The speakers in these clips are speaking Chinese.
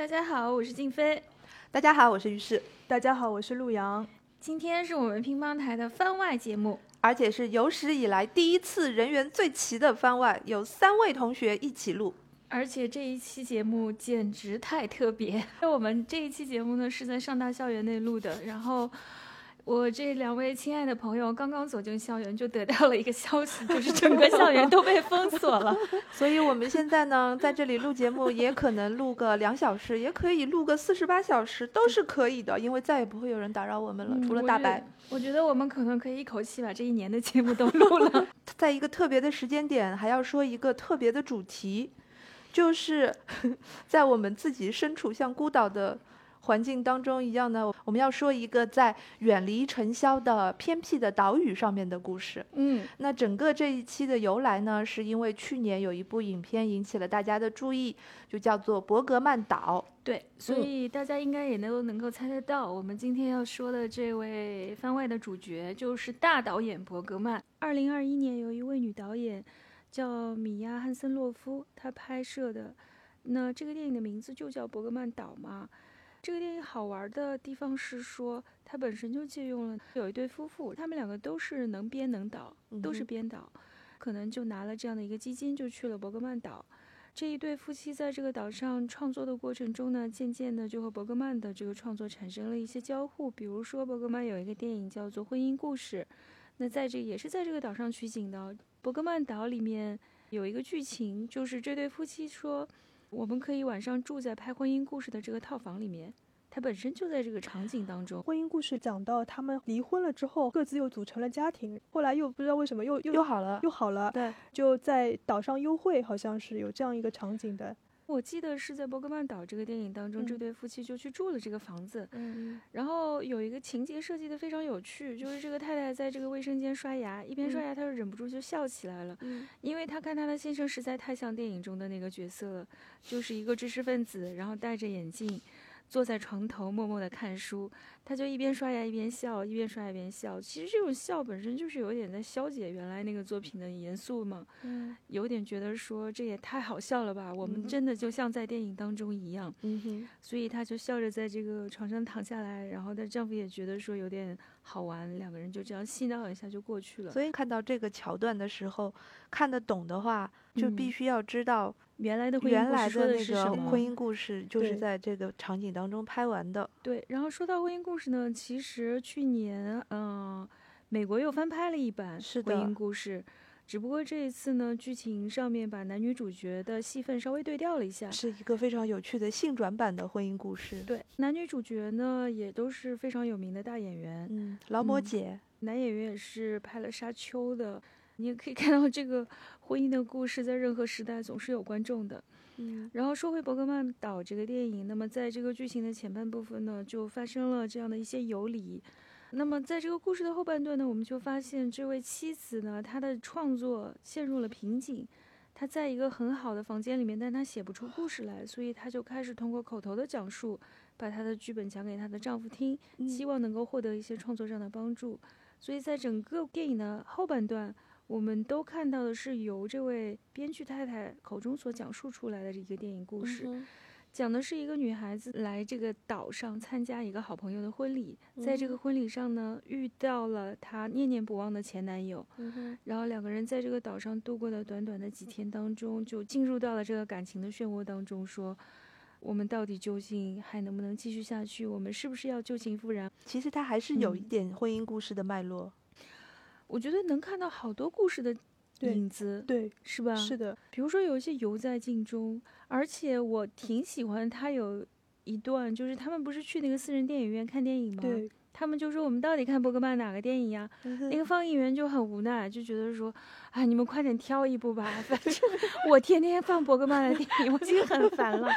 大家好，我是静飞。大家好，我是于适，大家好，我是陆阳。今天是我们乒乓台的番外节目，而且是有史以来第一次人员最齐的番外，有三位同学一起录。而且这一期节目简直太特别。 我们这一期节目呢是在上大校园内录的，然后我这两位亲爱的朋友刚刚走进校园，就得到了一个消息，就是整个校园都被封锁 了。所以我们现在 呢，在这里录节目，也可能录个两小时，也可以录个四十八小时，都是可以的，因为再也不会有人打扰我们了，嗯除了大白。嗯我觉得我们可能可以一口气把这一年的节目都录了。在一个特别的时间点，还要说一个特别的主题，就是 在我们自己身处像孤岛的环境当中一样呢，我们要说一个在远离尘嚣的偏僻的岛屿上面的故事。 嗯，那整个这一期的由来呢，是因为去年有一部影片引起了大家的注意，就叫做《伯格曼岛》。对，所嗯以大家应该也都能够猜得到，我们今天要说的这位番外的主角就是大导演伯格曼。二零二一年，有一位女导演叫米娅·汉森洛夫，她拍摄的那这个电影的名字就叫《伯格曼岛》嘛。这个电影好玩的地方是说，它本身就借用了有一对夫妇，他们两个都是能编能导，都是嗯哼编导，可能就拿了这样的一个基金，就去了伯格曼岛。这一对夫妻在这个岛上创作的过程中呢，渐渐的就和伯格曼的这个创作产生了一些交互。比如说，伯格曼有一个电影叫做《婚姻故事》，那在这也是在这个岛上取景的哦。伯格曼岛里面有一个剧情，就是这对夫妻说，我们可以晚上住在拍婚姻故事的这个套房里面，它本身就在这个场景当中。婚姻故事讲到他们离婚了之后，各自又组成了家庭，后来又不知道为什么又又嗯又好了，又好了，对，就在岛上幽会，好像是有这样一个场景的。我记得是在《伯格曼岛》这个电影当中，这嗯对夫妻就去住了这个房子。嗯，然后有一个情节设计的非常有趣，就是这个太太在这个卫生间刷牙，一边刷嗯牙她就忍不住就笑起来了，因为她看她的先生实在太像电影中的那个角色了，就是一个知识分子，然后戴着眼镜，坐在床头默默地看书，她就一边刷牙一边笑，一边刷牙一边笑。其实这种笑本身就是有点在消解原来那个作品的严肃嘛，嗯有点觉得说这也太好笑了吧，我们嗯真的就像在电影当中一样。嗯哼，所以她就笑着在这个床上躺下来，然后她丈夫也觉得说有点好玩，两个人就这样嬉闹一下就过去了。所以看到这个桥段的时候，看得懂的话，就必嗯须要知道原来的婚姻原故来事说的的那是什个么？婚姻故事就是对在这个场景当中拍完的。对，然后说到婚姻故事呢，其实去年嗯、呃美国又翻拍了一版是婚的姻故事，只不过这一次呢，剧情上面把男女主角的戏份稍微对调了一下。是一个非常有趣的性转版的婚姻故事。对，男女主角呢也都是非常有名的大演员，嗯，劳模嗯姐，男演员也是拍了《沙丘》的，你也可以 看到这个婚姻的故事在任何时代总是有观众的。嗯然后说回《伯格曼岛》这个电影，那么在这个剧情的前半部分呢，就发生了这样的一些游离。那么在这个故事的后半段呢，我们就发现这位妻子呢，她的创作陷入了瓶颈。她在一个很好的房间里面，但她写不出故事来，所以她就开始通过口头的讲述，把她的剧本讲给她的丈夫听。希望能够获得一些创作上的帮助。所以在整个电影的后半段，我们都看到的是由这位编剧太太口中所讲述出来的一个电影故事，讲的是一个女孩子来这个岛上参加一个好朋友的婚礼，在嗯这个婚礼上呢，遇到了她念念不忘的前男友，然后两个人在这个岛上度过的短短的几天当中，就进入到了这个感情的漩涡当中，说。我们到底究竟还能不能继续下去？我们是不是要旧情复燃？其实它还是有一嗯点婚姻故事的脉络。我觉得能看到好多故事的对影子，对，是吧？是的，比如说有一些游在镜中，而且我挺喜欢他有一段，就是他们不是去那个私人电影院看电影吗？对，他们就说我们到底看伯格曼哪个电影呀？那嗯个放映员就很无奈，就觉得说，哎，你们快点挑一部吧，反 正我天天放伯格曼的电影，我已经很烦 了。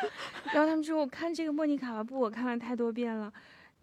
然后他们说，我看这个《莫妮卡瓦布》，我看了太多遍了。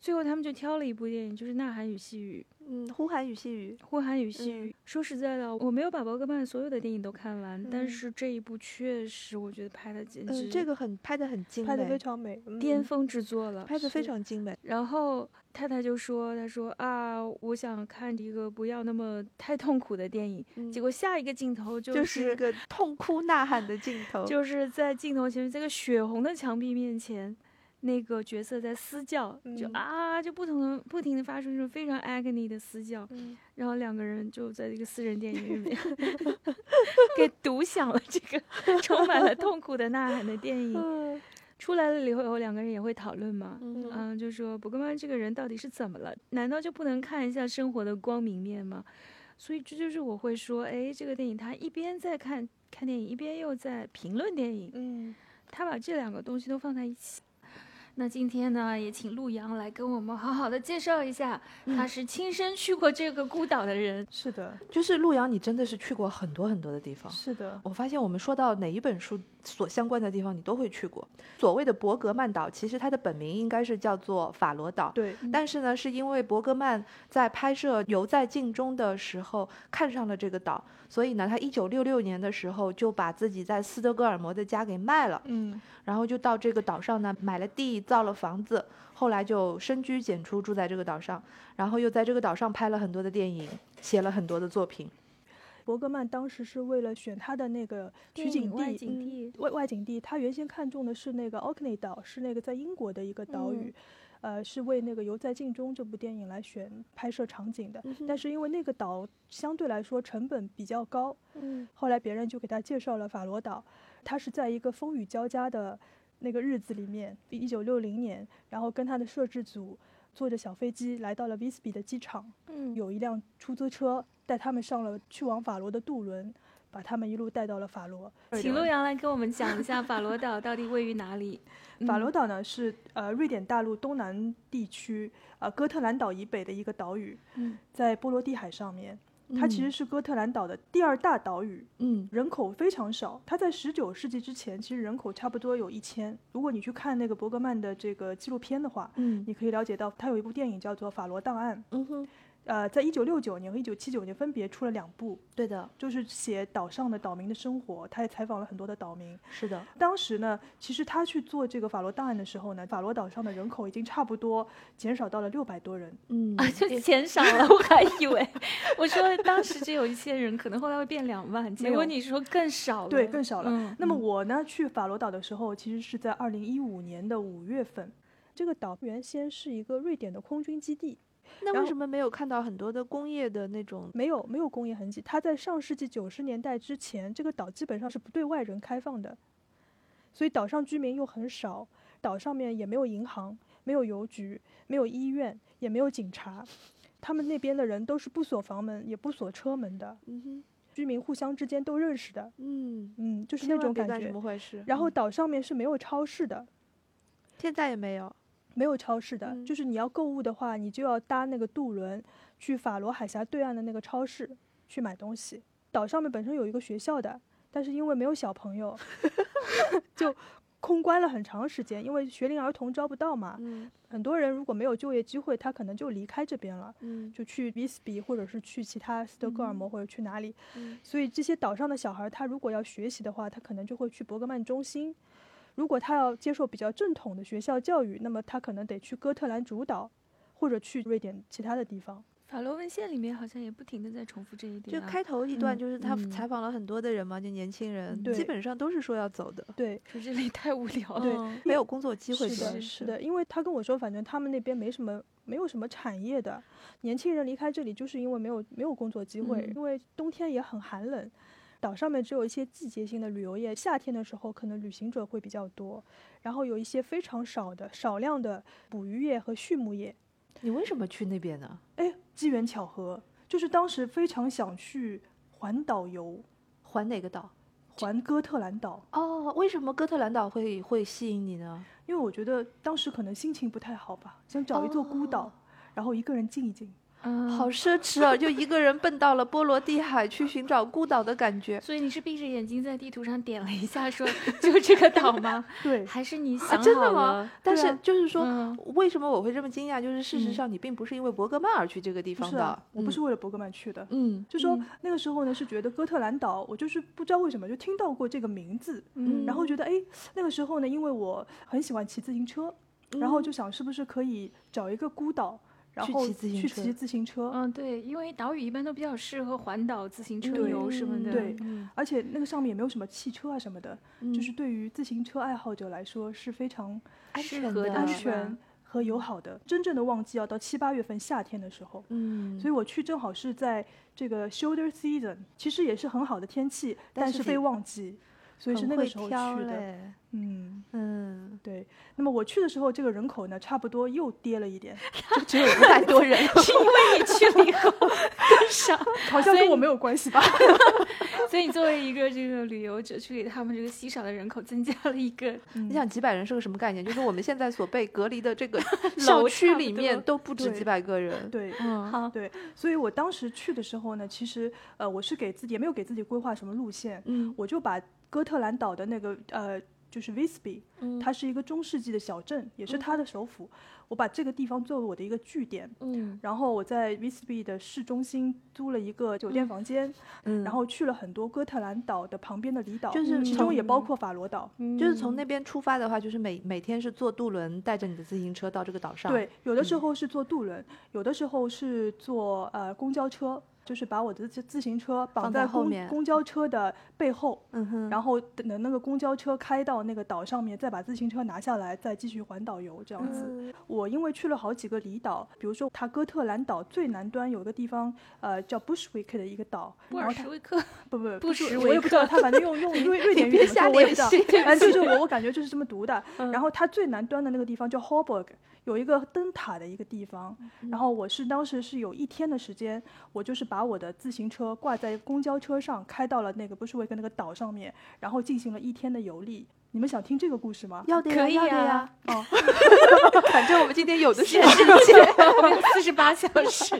最后他们就挑了一部电影，就是《呐喊与细雨》。嗯，呼喊与细雨，呼喊与细嗯雨。说实在的，我没有把伯格曼所有的电影都看完，但嗯是这一部确实我觉得拍的简直嗯，这个很拍的很精拍的非美，常美，嗯巅峰之作了。拍的非是常精美。然后太太就说：“她说啊，我想看一个不要那么太痛苦的电影。嗯结果下一个镜头就就是是一个痛哭呐喊的镜头，就是在镜头前面，这个血红的墙壁面前，那个角色在私教，就嗯啊，就不同的不停的发出这种非常 agony 的私教，嗯，然后两个人就在这个私人电影里 面给独享了这个充满了痛苦的呐喊的电影。嗯出来了以后，两个人也会讨论嘛，嗯嗯，就说伯格曼这个人到底是怎么了？难道就不能看一下生活的光明面吗？所以这就是我会说，哎，这个电影他一边在看看电影，一边又在评论电影，嗯他把这两个东西都放在一起。那今天呢，也请陆阳来跟我们好好的介绍一下，嗯他是亲身去过这个孤岛的人。是的，就是陆阳，你真的是去过很多很多的地方。是的，我发现我们说到哪一本书所相关的地方，你都会去过。所谓的伯格曼岛，其实它的本名应该是叫做法罗岛，对，但是呢，是因为伯格曼在拍摄《游在镜中》的时候看上了这个岛，所以呢，他一九六六年的时候就把自己在斯德哥尔摩的家给卖了，嗯然后就到这个岛上呢买了地，造了房子，后来就深居简出，住在这个岛上，然后又在这个岛上拍了很多的电影，写了很多的作品。伯格曼当时是为了选他的那个取电景影外地，景嗯地外外景地，他原先看中的是那个 Orkney 岛，是那个在英国的一个岛嗯屿，呃，是为那个《游在镜中》这部电影来选拍摄场景的。嗯嗯但是因为那个岛相对来说成本比较高，嗯后来别人就给他介绍了法罗岛，他是在一个风雨交加的那个日子里面，一九六零年，然后跟他的摄制组坐着小飞机来到了 Visby 的机场，嗯有一辆出租车带他们上了去往法罗的渡轮，把他们一路带到了法罗。请陆阳来跟我们讲一下法罗岛到底位于哪里？法嗯罗岛呢是呃瑞典大陆东南地区呃哥特兰岛以北的一个岛屿，嗯在波罗的海上面，它其实是哥特兰岛的第二大岛屿。嗯，人口非常少，它在十九世纪之前，其实人口差不多有一千。如果你去看那个伯格曼的这个纪录片的话，嗯你可以了解到，他有一部电影叫做《法罗档案》，嗯哼，呃，在一九六九年和一九七九年分别出了两部，对的，就是写岛上的岛民的生活，他也采访了很多的岛民。是的，当时呢，其实他去做这个法罗档案的时候呢，法罗岛上的人口已经差不多减少到了六百多人。嗯啊，就减少了，我还以 为我说当时只有一千人，可能后来会变两万，结没果有你说更少了，对，更少了。嗯那么我呢，去法罗岛的时候，其实是在二零一五年的五月份。这个岛原先是一个瑞典的空军基地，那然为后什么没有看到很多的工业的那种？没有没有工业痕迹。它在上世纪九十年代之前，这个岛基本上是不对外人开放的，所以岛上居民又很少，岛上面也没有银行，没有邮局，没有医院，也没有警察。他们那边的人都是不锁房门，也不锁车门的，嗯哼，居民互相之间都认识的，嗯，嗯，就是千那万种别感干什觉么。坏事。然后嗯岛上面是没有超市的，现在也没有。没有超市的，嗯就是你要购物的话，你就要搭那个渡轮去法罗海峡对岸的那个超市去买东西。岛上面本身有一个学校的，但是因为没有小朋友，就空关了很长时间，因为学龄儿童招不到嘛。嗯很多人如果没有就业机会，他可能就离开这边了，嗯就去比斯比或者是去其他斯德哥尔摩或者去哪里。嗯所以这些岛上的小孩，他如果要学习的话，他可能就会去伯格曼中心；如果他要接受比较正统的学校教育，那么他可能得去哥特兰主岛，或者去瑞典其他的地方。法罗文献里面好像也不停的在重复这一点、就啊，开头一段嗯就是他嗯采访了很多的人嘛，就年轻人，基对本上都是说要走的，对，说这里太无聊了。对嗯没有工作机会是主要的，是是的，因为他跟我说，反正他们那边没什么。没有什么产业的，年轻人离开这里就是因为没有没有工作机会，嗯因为冬天也很寒冷，岛上面只有一些季节性的旅游业，夏天的时候可能旅行者会比较多，然后有一些非常少的少量的捕鱼业和畜牧业，你为什么去那边呢？哎，机缘巧合，就是当时非常想去环岛游，环哪个岛？环哥特兰岛，哦，为什么哥特兰岛会会吸引你呢？因为我觉得当时可能心情不太好吧，想找一座孤岛，哦然后一个人静一静。嗯，好奢侈啊！就一个人奔到了波罗的海去寻找孤岛的感觉。所以你是闭着眼睛在地图上点了一下 说，就这个岛吗？对，还是你想啊，好了？真的吗？但对是啊就是说，嗯为什么我会这么惊讶？就是事实嗯上，你并不是因为伯格曼而去这个地不方是的。啊，我不嗯是为了伯格曼去的。嗯就说嗯那个时候呢，是觉得哥特兰岛，我就是不知道为什么就听到过这个名字，嗯然后觉得哎，那个时候呢，因为我很喜欢骑自行车，然后就想是不是可以找一个孤岛，嗯然去后骑自行去车骑自行车，嗯，对，因为岛屿一般都比较适合环岛自行嗯车对游什么的。对嗯而且那个上面也没有什么汽车啊什么的，就嗯是对于自行车爱好者来说是非常安适全合的的安是吧全和友好的。真正的旺季要到七八月份夏天的时候，嗯，所以我去正好是在这个 shoulder season，其实也是很好的天气，但但是是得非旺季，所以是很那个会时候挑哎去的。嘞嗯，嗯，对。那么我去的时候，这个人口呢，差不多又跌了 一点，就只有五百多 人， 是因为你去了以后 跟上， 好像跟我没有 关系吧？ 所以你作为一个这个旅游者，去给他们这个稀少的人口增加了一个你嗯想几百人是个什么概念？就是我们现在所被隔离的 这个校楼区差不里多面都不止对几百个人。，对，嗯，好对，所以我当时去的时候呢，其实呃，我是给自己也没有给自己规划什么路线，嗯我就把哥特兰岛的那个呃，就是 Visby，嗯它是一个中世纪的小镇，也是它的首府，我把这个地方作为我的一个据点。嗯然后我在 Visby 的市中心租了一个酒店房间，嗯，然后去了很多哥特兰岛的旁边的离岛，嗯就是其中也从嗯包括法罗岛。嗯就是从那边出发的话，就是每每天是坐渡轮带着你的自行车到这个岛上。对，，有的时候是坐渡轮，有的时候是坐呃公交车，就是把我的自自行车放绑在在后公面公交车的背后，嗯哼，然后等那个公交车开到那个岛上面，再把自行车拿下来，再继续环岛游这样子。嗯我因为去了好几个离岛，比如说它哥特兰岛最南端有个地方，呃，叫 Bushwick 的一个岛，布然尔后什它维克，不不布不是什我维也不知道它，反正 用用瑞瑞典语别怎瞎么说我也联不知道系， 嗯反 正就是我我感觉就是这么读的。然后它最南端的那个地方叫 Horburg，有一个灯塔的一个地方。嗯然后我是当时是有一天的时间，我就是把我的自行车挂在公交车上，开到了那个 Bushwick 那个岛上面，然后进行了一天的游历。你们想听这个故 事吗？要的呀，可以要的呀啊。哦， 反正我们今天有的是四十八小时，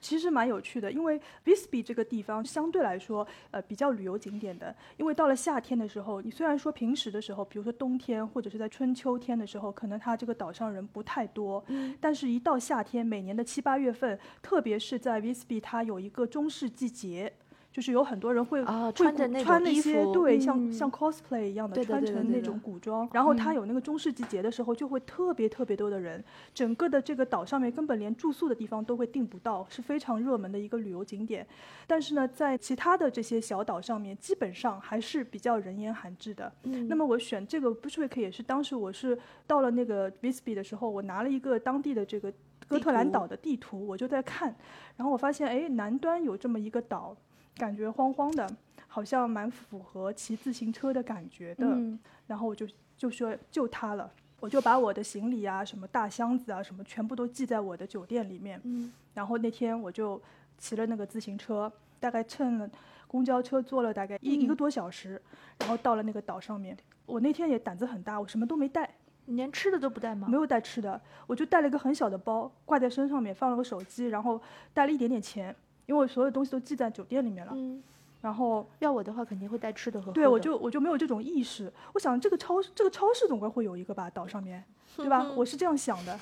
其实蛮有趣的，因为 Visby 这个地方相对来说，呃，比较旅游景点的。因为到了夏天的时候，你虽然说平时的时候，比如说冬天或者是在春秋天的时候，可能它这个岛上人不太多，嗯但是一到夏天，每年的七八月份，特别是在 Visby，它有一个中世纪节。就是有很多人会啊会穿古着那穿种那衣些服对，像嗯像 cosplay 一样的对的穿对的成对那的嗯种古装，然后它有那个中世纪节的时候，就会特别特别多的人，整个的这个岛上面根本连住宿的地方都会订不到，是非常热门的一个旅游景点。但是呢，在其他的这些小岛上面，基本上还是比较人烟罕至的。嗯那么我选这个 Bushwick 也是当时我是到了那个 Visby 的时候，我拿了一个当地的这个哥特兰图岛的地图，我就在看，然后我发现哎，南端有这么一个岛，感觉荒荒的，好像蛮符合骑自行车的感觉的。嗯，然后我就就说就它了，我就把我的行李啊、什么大箱子啊、什么全部都寄在我的酒店里面。嗯然后那天我就骑了那个自行车，大概乘了公交车坐了大概一、嗯一个多小时，然后到了那个岛上面。我那天也胆子很大，我什么都没带，你连吃的都不带吗没？有带吃的，我就带了一个很小的包，挂在身上面，放了个手机，然后带了一点点钱，因为我所有东西都寄在酒店里面了。嗯，然后要我的话肯定会带吃的和喝对，我的就我就没有这种意识。我想这个超这个超市总归会有一个吧，岛上面，对吧？我是这样想的。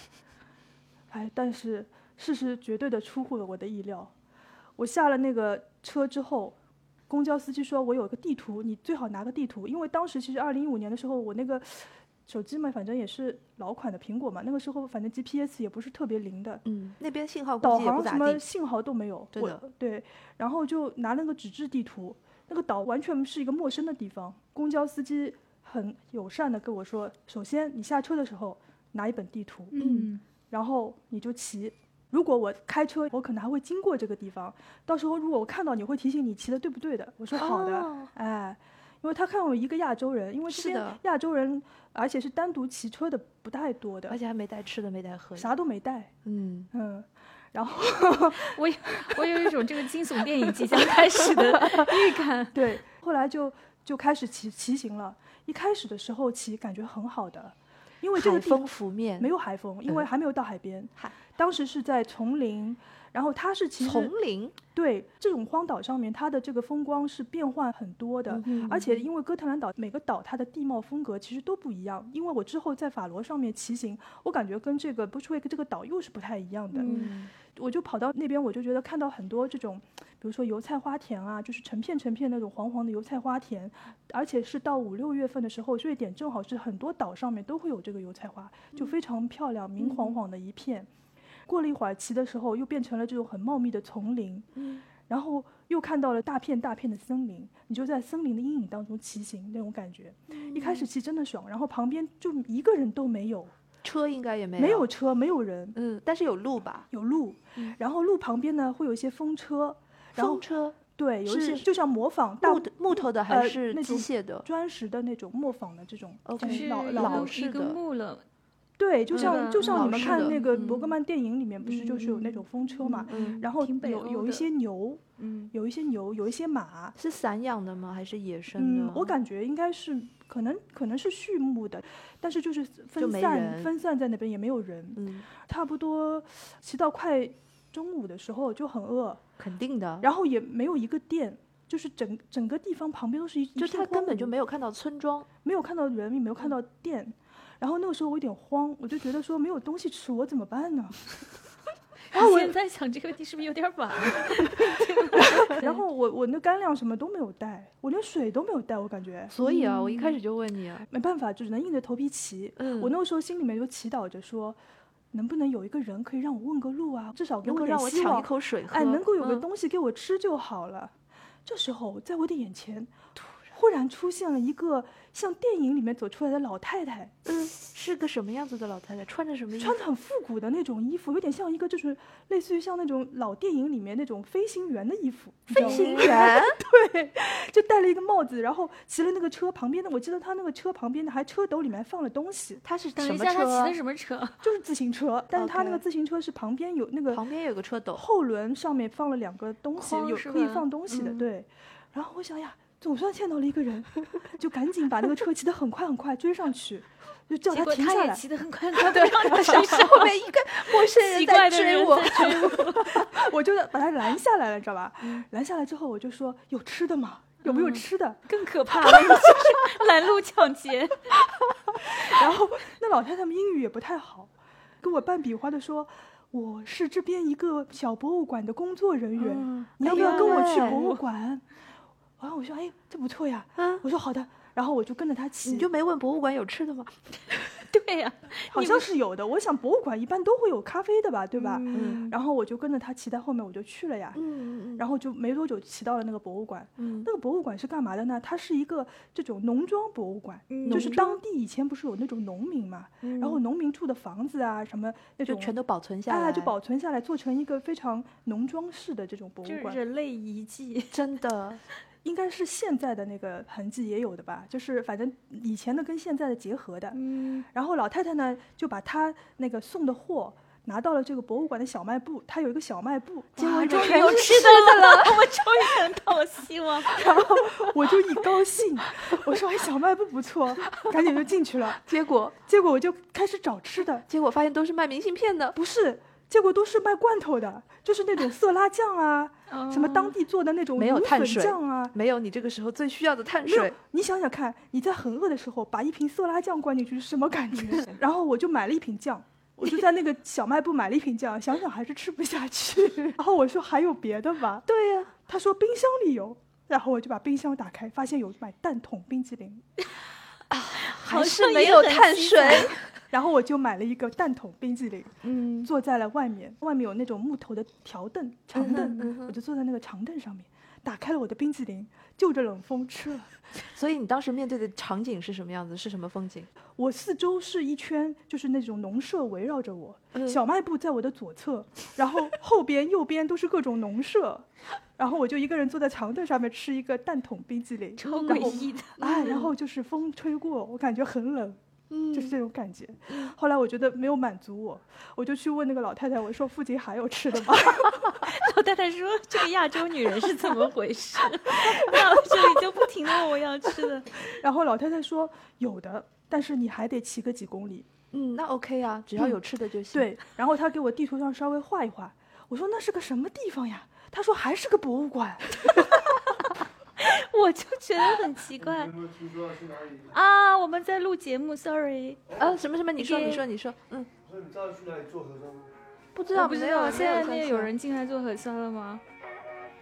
哎，但是事实绝对的出乎了我的意料。我下了那个车之后，公交司机说我有个地图，你最好拿个地图，因为当时其实二零一五年的时候，我那个手机嘛，反正也是老款的苹果嘛，那个时候反正 GPS 也不是特别灵的，嗯，那边信号估导计也不航咋什地么。信号都没有，真我的对，然后就拿那个纸质地图，那个岛完全是一个陌生的地方。公交司机很友善的跟我说，首先你下车的时候拿一本地图，嗯，然后你就骑。如果我开车，我可能还会经过这个地方，到时候如果我看到你，会提醒你骑的对不对的。我说好的，哦哎，因为他看我一个亚洲人，因为是这边的亚洲人，而且是单独骑车的不太多而的，且还没带吃的，没带喝的。啥都没带，嗯，嗯，然后。我有我有一种这个惊悚电影即将开始的预感，对，后来就就开始骑骑行了。一开始的时候骑感觉很好的，因为这海个地风拂面，没有海风，因为嗯还没有到海边。海当时是在丛林，然后它是其实丛林。对这种荒岛上面，它的这个风光是变换很多嗯的。而且因为哥特兰岛每个岛它的地貌风格其实都不一样，因为我之后在法罗上面骑行，我感觉跟这个 Bushwick 这个岛又是不太一样的。嗯我就跑到那边，我就觉得看到很多这种，比如说油菜花田啊，就是成片成片那种黄黄的油菜花田，而且是到五六月份的时候，瑞典正好是很多岛上面都会有这个油菜花，就非常漂亮，明晃晃的一片。过了一会儿，骑的时候又变成了这种很茂密的丛林，嗯然后又看到了大片大片的森林，你就在森林的阴影当中骑行那种感觉。一开始骑真的爽，然后旁边就一个人都没有，车应该也没有，没有车，没有人，嗯，但是有路吧？有路，嗯然后路旁边呢会有一些风车，然后风车对，有一些是就像模仿大木的木头的还呃是那机种械的？砖石的那种模仿的这种 OK 就是是老一老个老式一个的木了，对，就嗯像就像老你们式看的那个伯格嗯曼电影里面，不是就是有那种风车嘛？嗯，然后挺北有欧有一的些牛，嗯，有一些牛，有一些马。是散养的吗？还是野生的？嗯，我感觉应该是可能可能是畜牧的，但是就是分没散人分散在那边也没有人。嗯，差不多呃骑到快中午的时候就很饿，肯定的，然后也没有一个店，就是整整个地方旁边都是一就一片他根本荒就嗯芜没有看到村庄。没有看到人，也没有看到店。然后那个时候我有点慌，我就觉得说没有东西吃，我怎么 办呢？ 然后你我现在想这个问题是不是有点晚了？然后我我那干粮什么都没有带，我连水都没有带，我感觉所以啊，我一开始就问你啊，没办法，就只能硬着头皮骑。嗯，嗯我那个时候心里面就祈祷着说，能不能有一个人可以让我问个路啊，至少给能我够点让我希抢一望，口水喝，哎，能够有个嗯东西给我吃就好了。这时候，在我的眼前突然出现了一个像电影里面走出来的老太太，嗯，是个什么样子的老太太？穿着什么衣服穿？的很复古的那种衣服，有点像一个就是类似于像那种老电影里面那种飞行员的衣服，你知道吗行员，对， 就戴了一个帽子，然后骑了那个车旁边的，我记得他那个车旁边的还车斗里面还放了东西， 她是什等一么下，他骑的车？啊什么车？就是自行车，但是他那个 OK 自行车是旁边有那个旁边有个车 斗，后轮上面放了两个东西，筐有是可以吧放东西的，嗯对。然后我想呀，总算见到了一个人， 就赶紧把那个车骑得很快很快追上去，就叫结他果停他下也来。骑得很快，他不让 你追上后面一个陌生人奇在怪的追人我在， 追我。我就把他拦下来了，你知道吧？嗯拦下来之后，我就说有吃的吗？有没有吃的？ 更可怕了，你 就是拦路抢劫。然后那老太太们英语也不太好，跟我半比划的说。我是这边一个小博物馆的工作人员，嗯你要哎不要呀跟我去哎博物馆？然后我说，哎，这不错呀。嗯，我说好的，然后我就跟着他骑。你就没问博物馆有吃的吗？对呀、好你像们是有的，我想博物馆一般都会有咖啡的吧，对吧？嗯，然后我就跟着他骑在后面，我就去了呀。嗯嗯然后就没多久骑到了那个博物馆，嗯，那个博物馆是干嘛的呢？它是一个这种农庄博物馆，嗯就是农嗯当地以前不是有那种农民嘛，然后农民住的房子啊什么那就种，全都保存下哎来，就保存下来，做成一个非常农庄式的这种博就是物馆，人类遗迹。真的，应该是现在的那个痕迹也有的吧，就是反正以前的跟现在的结合的。嗯，然后老太太呢就把她那个送的货。拿到了这个博物馆的小卖部，它有一个小卖部，结果哇就终于全有是吃的了， 我终于等到希 望。然后我就一高兴，我说哎小卖部不错，赶紧就进去了。结果 结果我就开始找吃的，结果发现都是卖明信片的，不是，结果都是卖罐头的，就是那种色拉酱啊，什哦么当地做的那种没有芦碳笋水酱啊。没有你这个时候最需要的碳没有水。，你想想看，你在很饿的时候把一瓶色拉酱灌进去是什么感觉？ 然后我就买了一瓶酱，我就在那个小卖部买了一瓶酱，想想还是吃不下去。 然后我说还有别的吗？对呀，他说冰箱里有，然后我就把冰箱打开，发现有买蛋筒冰淇淋，还好是像没也有很碳稀水。然后我就买了一个蛋筒冰淇淋，嗯，坐在了外面，外面有那种木头的条凳、长凳，嗯哼我就坐在那个长凳上面，打开了我的冰淇淋，就着冷风吃了。 所以你当时面对的场景是什么样子？是什么风景？我四周是一圈，就是那种农舍围绕着我，嗯小卖部在我的左侧，然后后边、右边都是各种农舍，然后我就一个人坐在长凳上面吃一个蛋筒冰淇淋，超然诡后异的。哎，然后就是风吹过，我感觉很冷，嗯就是这种感觉。后来我觉得没有满足我，我就去问那个老太太，我说附近还有吃的吗？ 老太太说：“这个亚洲女人是怎么回 事？到了这里就不停的问我要吃的。然后老太太说有的，但是你还得骑个几公里。嗯，那 OK 啊，只要有吃的就行。，对，然后她给我地图上稍微画一画，我说那是个什么地方呀？她说还是个博物馆。我就觉得很奇怪 你能不能听说去哪里？啊！我们在录节目，sorry，呃，什么什么？你说，也你说，你说。嗯，不是你知道去哪里做核酸吗？不知我道，不知没有道现在没那有啊有关系人进来做核酸了吗？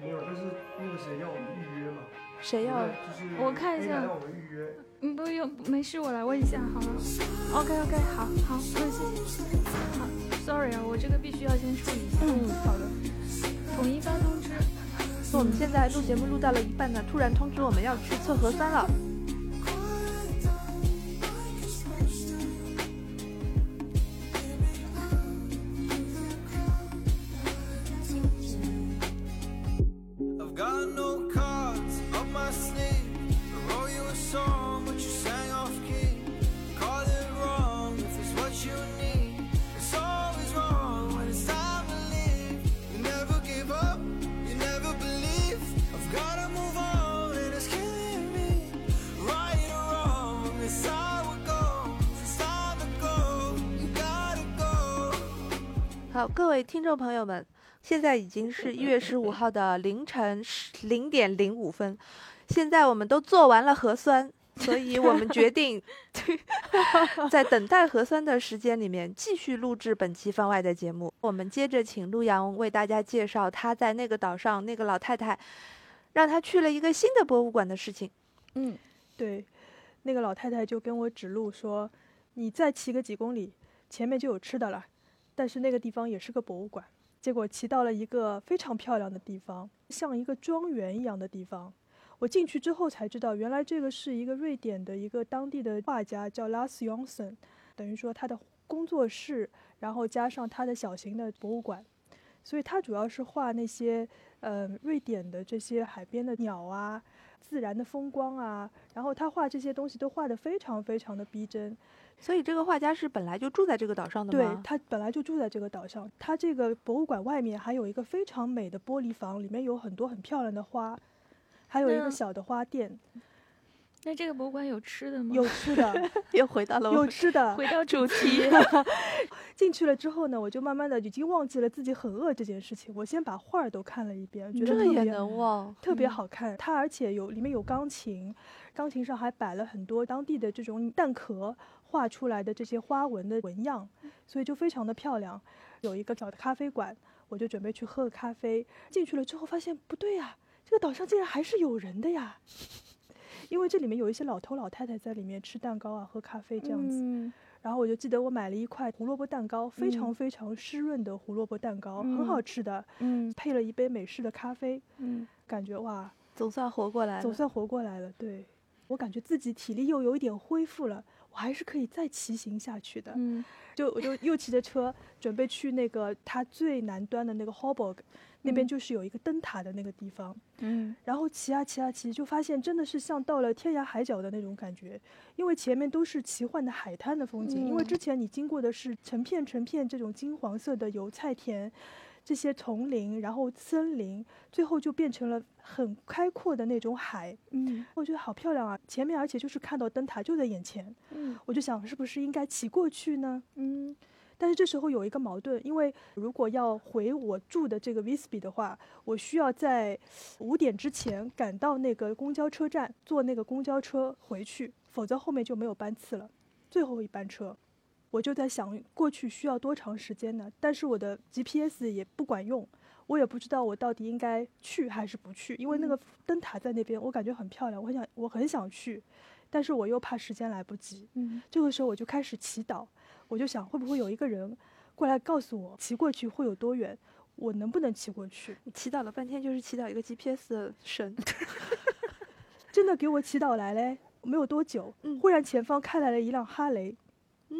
没有，但是那个谁要我们预约嘛？谁要对就是我看一下 Ada 让我们预约。嗯，不用，没事，我来问一下好了。OK OK，好好，那谢谢。好，sorry 啊，我这这个必须要先处理一下，嗯，好的。统一发通知。我们现在录节目录到了一半呢，突然通知我们要去测核酸了。 I've got no cards up my sleeve. I wrote you a song, but you sang off key. Call it wrong if it's what you need. It's always wrong when it's time to leave. You never give up, you never believe. I've gotta move on, and it's killing me. Right or wrong, it's how it goes. It's time to go. You gotta go. 好，各位听众朋友们，现在已经是一月十五号的凌晨零点零五分，现在我们都做完了核酸，所以我们决 定在等待核酸的时间里面继续录制本期番外的节目。我们接着请陆阳为大家介绍他在那个岛上那个老太太让他去了一个新的博物馆的事情。嗯，对，那个老太太就跟我指路说，你再骑个几公里，前面就有吃的了。但是那个地方也是个博物馆。结果骑到了一个非常漂亮的地方，像一个庄园一样的地方。我进去之后才知道，原来这个是一个瑞典的一个当地的画家，叫 Lars j o n s o n 等于说他的工作室，然后加上他的小型的博物馆。所以他主要是画那些，呃，瑞典的这些海边的鸟啊，自然的风光啊，然后他画这些东西都画得非常非常的逼真。所以这个画家是本来就住在这个岛上的对吗？他本来就住在这个岛上，他这个博物馆外面还有一个非常美的玻璃房，里面有很多很漂亮的花，还有一那个小的花店，那这个博物馆有吃的吗？有吃的，又回到了我有们吃的。回到主题，进去了之后呢，我就慢慢的已经忘记了自己很饿这件事情，我先把画儿都看了一遍，觉得这啊特也别能忘。特别嗯好看。它而且有里面有钢琴，钢琴上还摆了很多当地的这种蛋壳画出来的这些花纹的纹样，嗯所以就非常的漂亮。有一个小的咖啡馆，我就准备去喝个咖啡。进去了之后发现不对呀、啊这个岛上竟然还是有人的呀！ 因为这里面有一些老头老太太在里面吃蛋糕啊、喝咖啡 这样子。嗯然后我就记得我买了一块胡萝卜蛋糕，非常嗯非常湿润的胡萝卜蛋糕，嗯很好吃的，嗯配了一杯美式的咖啡，嗯，感觉哇，总算活过来了，总算活过来了。对我感觉自己体力又有一点恢复了，我还是可以再骑行下去的。嗯，就我就又骑着车准备去那个它最南端的那个 Hoborg，那边嗯就是有一个灯塔的那个地方。嗯，然后骑啊骑啊骑，就发现真的是像到了天涯海角的那种感觉，因为前面都是奇幻的海滩的风景，因为嗯之前你经过的是成片成片这种金黄色的油菜田，这些丛林，然后森林，最后就变成了很开阔的那种海，嗯，我觉得好漂亮啊！前面而且就是看到灯塔就在眼前，嗯，我就想是不是应该骑过去呢？嗯，但是这时候有一个矛盾，因为如果要回我住的这个 Visby 的话，我需要在五点之前赶到那个公交车站，坐那个公交车回去，否则后面就没有班次了，最后一班车。我就在想过去需要多长时间呢？但是我的 GPS 也不管用，我也不知道我到底应该去还是不去，因为那个灯塔在那边，我感觉很漂亮，我很想我很想去，但是我又怕时间来不及。嗯，这个时候我就开始祈祷，我就想会不会有一个人过来告诉我骑过去会有多远，我能不能骑过去？你祈祷了半天，就是祈祷一个 GPS 的 神。真的给我祈祷来嘞！没有多久，嗯忽然前方开来了一辆哈雷，嗯，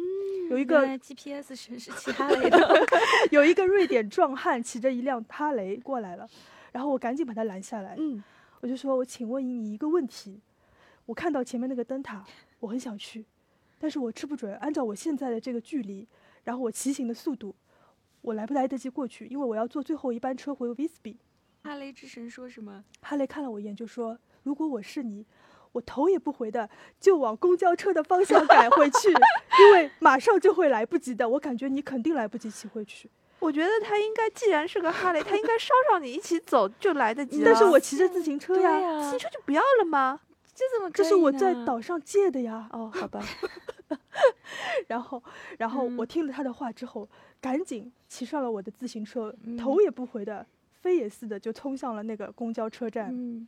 有一一个 GPS 神是其他类的，有一个瑞典壮汉骑着一辆哈雷过来了，然后我赶紧把他拦下来，嗯，我就说：“我请问你一个问题，我看到前面那个灯塔，我很想去，但是我吃不准。按照我现在的这个距离，然后我骑行的速度，我来不来得及过去？因为我要坐最后一班车回 Visby。 哈雷之神说什么？”哈雷看了我一眼，就说：“如果我是你，我头也不回的就往公交车的方向赶回去，因为马上就会来不及的。我感觉你肯定来不及骑回去。我觉得他应该，既然是个哈雷，他应该捎上你一起走就来得及了。 但是我骑着自行车呀，呀自行车就不要了吗？啊这怎么可啊以呢？这是我在岛上借的呀。”哦，好吧， 然后，然后我嗯听了他的话之后，赶紧骑上了我的自行车，嗯头也不回的，飞也似的就冲向了那个公交车站。嗯，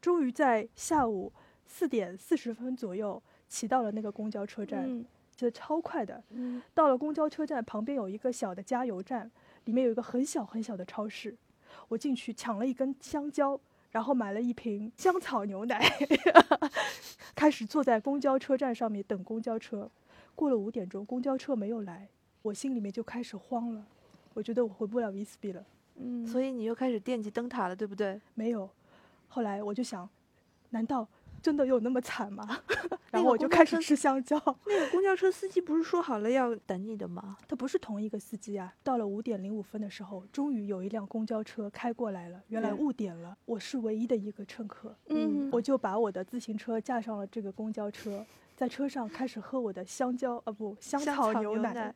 终于在下午四点四十分左右骑到了那个公交车站，嗯，骑得超快的。嗯到了公交车站旁边有一个小的加油站，里面有一个很小很小的超市，我进去抢了一根香蕉，然后买了一瓶香草牛奶， 开始坐在公交车站上面等公交车。过了五点钟，公交车没有来，我心里面就开始慌了，我觉得我回不了 v i s b 了。嗯，所以以你又开始惦记灯塔了，对不对？没有。后来我就想，难道真的有那么惨吗？ 那个然后我就公交开始车吃香蕉。那个公交车司机不是说好了要等你的吗？他不是同一个司机啊。到了五点零五分的时候，终于有一辆公交车开过来了，原来嗯误点了，我是唯一的一个乘客。嗯，我就把我的自行车架上了这个公交车，在车上开始喝我的香蕉啊不香香草草牛牛奶。奶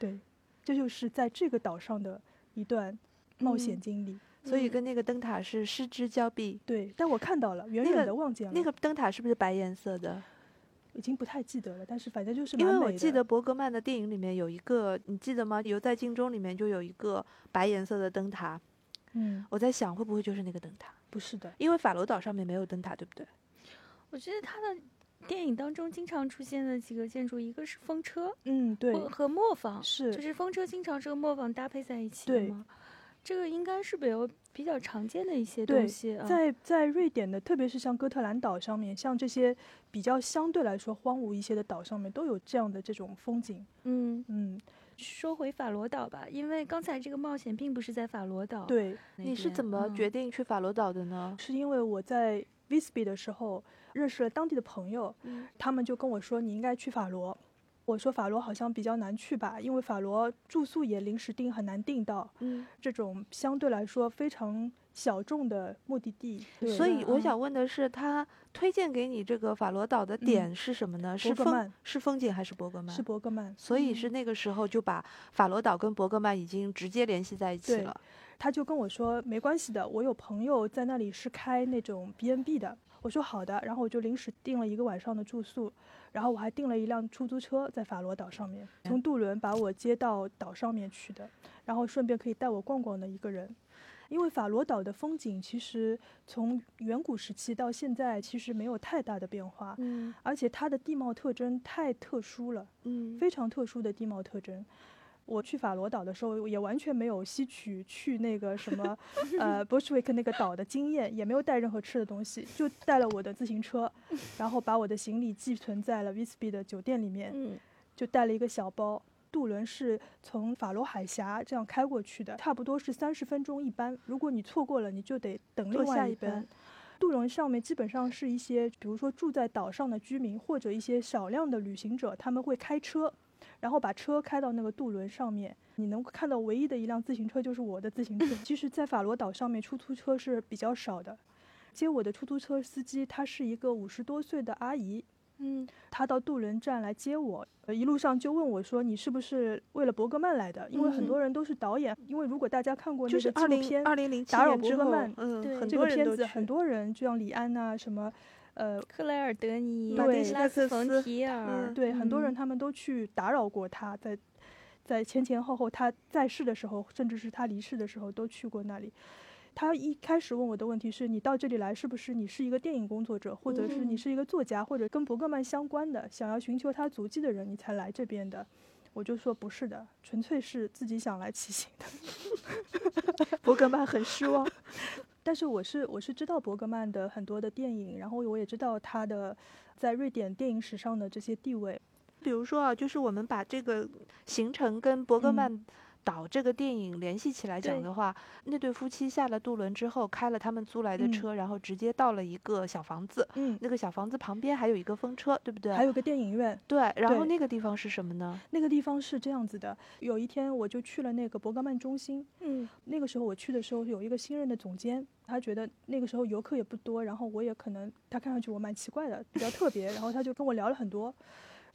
对，这就是在这个岛上的一段冒险嗯经历。所以嗯跟那个灯塔是失之交臂。对，但我看到了，远那远个的望见了，那个灯塔是不是白颜色的？已经不太记得了，但是反正就是因蛮为美我记的得伯格曼的电影里面有一个，你记得吗？《犹在镜中》里面就有一个白颜色的灯塔。嗯，我在想，会不会就是那个灯塔？不是的，因为法罗岛上面没有灯塔，对不对？我觉得他的电影当中经常出现的几个建筑，一个是风车嗯，对，或和磨坊，是就是风车经常是跟磨坊搭配在一起的对吗？这个应该是比较比较常见的一些对东西嗯啊。在在瑞典的，特别是像哥特兰岛上面，像这些比较相对来说荒芜一些的岛上面，都有这样的这种风景。嗯，嗯，说回法罗岛吧，因为刚才这个冒险并不是在法罗哦岛。，嗯对，你是怎么嗯决？定去法罗岛的呢？是因为我在 Visby 的时候认识了当地的朋友，嗯他们就跟我说你应该去法罗。我说法罗好像比较难去吧，因为法罗住宿也临时订很难订到，嗯。这种相对来说非常小众的目的地。对所以我嗯想问的是，他推荐给你这个法罗岛的点是什么呢？是嗯伯格风曼是风景还是伯格曼？是嗯伯格曼，所以是那个时候就把法罗岛跟伯格曼已经直接联系在一起对了。他就跟我说没关系的，我有朋友在那里是开那种 B&B 的。我说好的，然后我就临时订了一个晚上的住宿，然后我还订了一辆出租车在法罗岛上面，从渡轮把我接到岛上面去的，然后顺便可以带我逛逛的一个人。因为法罗岛的风景其实从远古时期到现在其实没有太大的变化，嗯而且它的地貌特征太特殊了。嗯，非常特殊的地貌特征。我去法罗岛的时候，也完全没有吸取去那个什么，呃 b u s h w i c k 那个岛的经验，也没有带任何吃的东西，就带了我的自行车，然后把我的行李寄存在了 Visby 的酒店里面，嗯就带了一个小包。渡轮是从法罗海峡这样开过去的，差不多是三十分钟一班。如果你错过了，你就得等坐另下外一一班班。渡轮上面基本上是一些，比如说住在岛上的居民或者一些少量的旅行者，他们会开车，然后把车开到那个渡轮上面。你能看到唯一的一辆自行车就是我的自行车。其实，在法罗岛上面，出租车是比较少的。接我的出租车司机，她是一个五十多岁的阿姨，嗯她到渡轮站来接我，呃一路上就问我说：“你是不是为了伯格曼来的？”因为很嗯多人都是导演，因为如果大家看过那就个是纪二录零片，二零零七打扰年伯之格后曼，对嗯，很这多个人片都子去很多人，就像李安呐、什么，呃，克莱尔德尼、马丁对斯拉奈克斯冯斯提尔，对，很多嗯人他们都去打扰过他，在在前前后后他在世的时候，甚至是他离世的时候，都去过那里。他一开始问我的问题是：你到这里来是不是你是一个电影工作者，或者是你嗯是一个作家，或者跟伯格曼相关的，想要寻求他足迹的人，你才来这边的？我就说不是的，纯粹是自己想来骑行的。伯格曼很失望。但是我是我是知道伯格曼的很多的电影，然后我也知道他的在瑞典电影史上的这些地位。比如说啊，就是我们把这个行程跟伯格嗯曼岛这个电影联系起来讲对的话，那对夫妻下了渡轮之后，开了他们租来的嗯车，然后直接到了一个小房子，嗯，那个小房子旁边还有一个风车，对不对？还有个电影院，对，然后对那个地方是什么呢？那个地方是这样子的。有一天我就去了那个伯格曼中心，嗯那个时候我去的时候有一个新任的总监，他觉得那个时候游客也不多，然后我也可能他看上去我蛮奇怪的，比较特别，然后他就跟我聊了很多，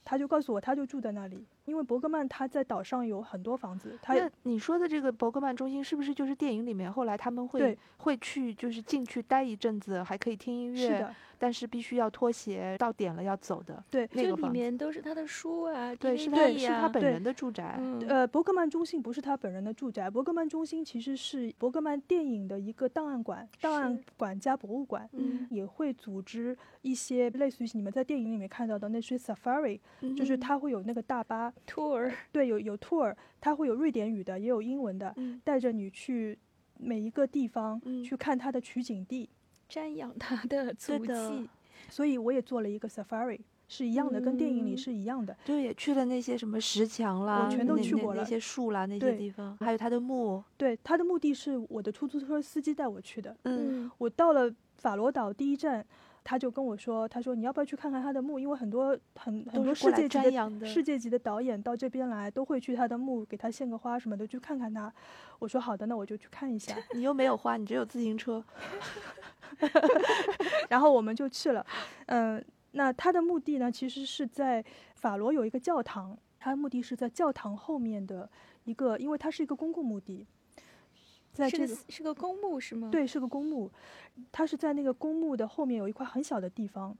他就告诉我他就住在那里，因为伯格曼他在岛上有很多房子，他那你说的这个伯格曼中心是不是就是电影里面后来他们会对会去就是进去待一阵子，还可以听音是乐，的，但是必须要脱鞋，到点了要走的对，那这个里房子？面都是他的书啊，对，是他 DVD 是他啊本对人的住宅。嗯呃，伯格曼中心不是他本人的住宅，伯格曼中心其实是伯格曼电影的一个档案馆，档案是馆加博物馆。嗯也会组织一些类似于你们在电影里面看到的那些 safari，、就是嗯它会有那个大巴，嗯 tour，对，有有 tour，它会有瑞典语的，也有英文的，嗯带着你去每一个地方、嗯去看它的取景地。瞻仰他的足对迹，的所以我也做了一个 safari，是一样的，跟电影里嗯是一样的。就也去了那些什么石墙啦，全都那去那过那了些树啦那些对地方，还有他的墓，对，它的目的是我的出租车司机带我去的。嗯，嗯我到了法罗岛第一站，他就跟我说，他说你要不要去看看他的墓，因为很多很很都多是过世来界级瞻仰的，世界级的导演到这边来，都会去他的墓给他献个花什么的，去看看他。我说好的，那我就去看一下。你又没有花，你只有自行车，然后我们就去了，嗯，那他的墓地呢，其实是在法罗有一个教堂，他的墓地是在教堂后面的一个，因为它是一个公共墓地，在是这个个。是个公墓是吗？，对，是个公墓，它是在那个公墓的后面有一块很小的地方，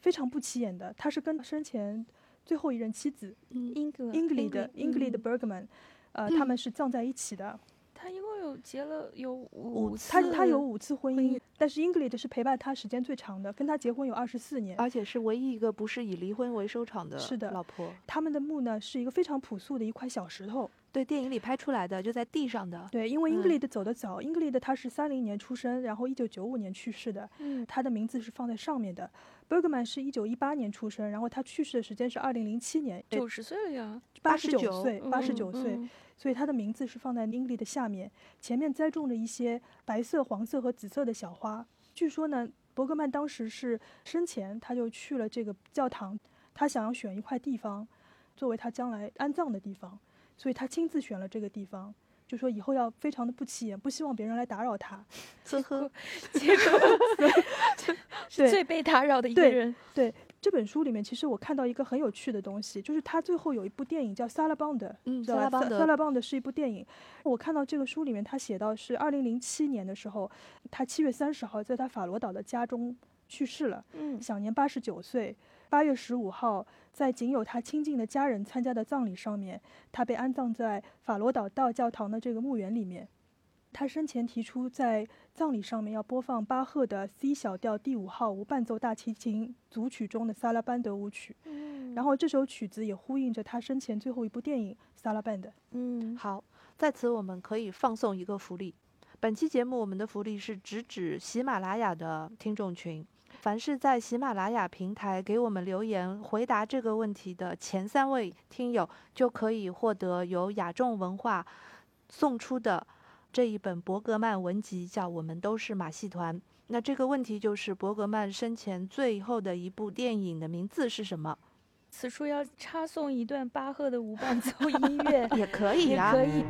非常不起眼的。他是跟生前最后一任妻子嗯，英格英格丽的英格丽的嗯 Bergman，呃，他们是葬在一起的。他一共有结了有五五次他他有五次婚婚姻姻，但是英格丽的是陪伴他时间最长的，跟他结婚有二十四年。而且是唯一一个不是以离婚为收场的是的老婆，他们的墓呢是一个非常朴素的一块小石头。对，电影里拍出来的，就在地上的， 对，因为英格嗯丽的走得早，英格丽的她是三零年出生，然后一九九五年去世的，嗯她的名字是放在上面的。Bergman 是一九一八年出生，然后他去世的时间是二零零七年，九十岁了呀，八十89九岁，八十嗯九岁，嗯 所以他的名字是放在英格丽的下面，前面栽种着一些白色、黄色和紫色的小花。据说呢，伯格曼当时是生前他就去了这个教堂，他想要选一块地方作为他将来安葬的地方，所以他亲自选了这个地方，就说以后要非常的不起眼，不希望别人来打扰他。呵呵，结果是对最被打扰的一个对人。这本书里面，其实我看到一个很有趣的东西，就是他最后有一部电影叫《萨拉邦德》，嗯，对萨拉吧邦萨德萨拉邦德是一部电影。我看到这个书里面，他写到是二零零七年的时候，他七月三十号在他法罗岛的家中去世了，嗯，享年八十九岁。八月十五号，在仅有他亲近的家人参加的葬礼上面，他被安葬在法罗岛大教堂的这个墓园里面。他生前提出，在葬礼上面要播放巴赫的 C 小调第五号无伴奏大提琴组曲中的萨拉班德舞曲，嗯然后这首曲子也呼应着他生前最后一部电影《萨拉班德》。嗯，好，在此我们可以放送一个福利。本期节目我们的福利是直指喜马拉雅的听众群，凡是在喜马拉雅平台给我们留言回答这个问题的前三位听友，就可以获得由雅众文化送出的这一本伯格曼文集，叫《我们都是马戏团》。那这个问题就是伯格曼生前最后的一部电影的名字是什么？，此处要插送一段巴赫的无 伴奏音乐也可以也啊，可以。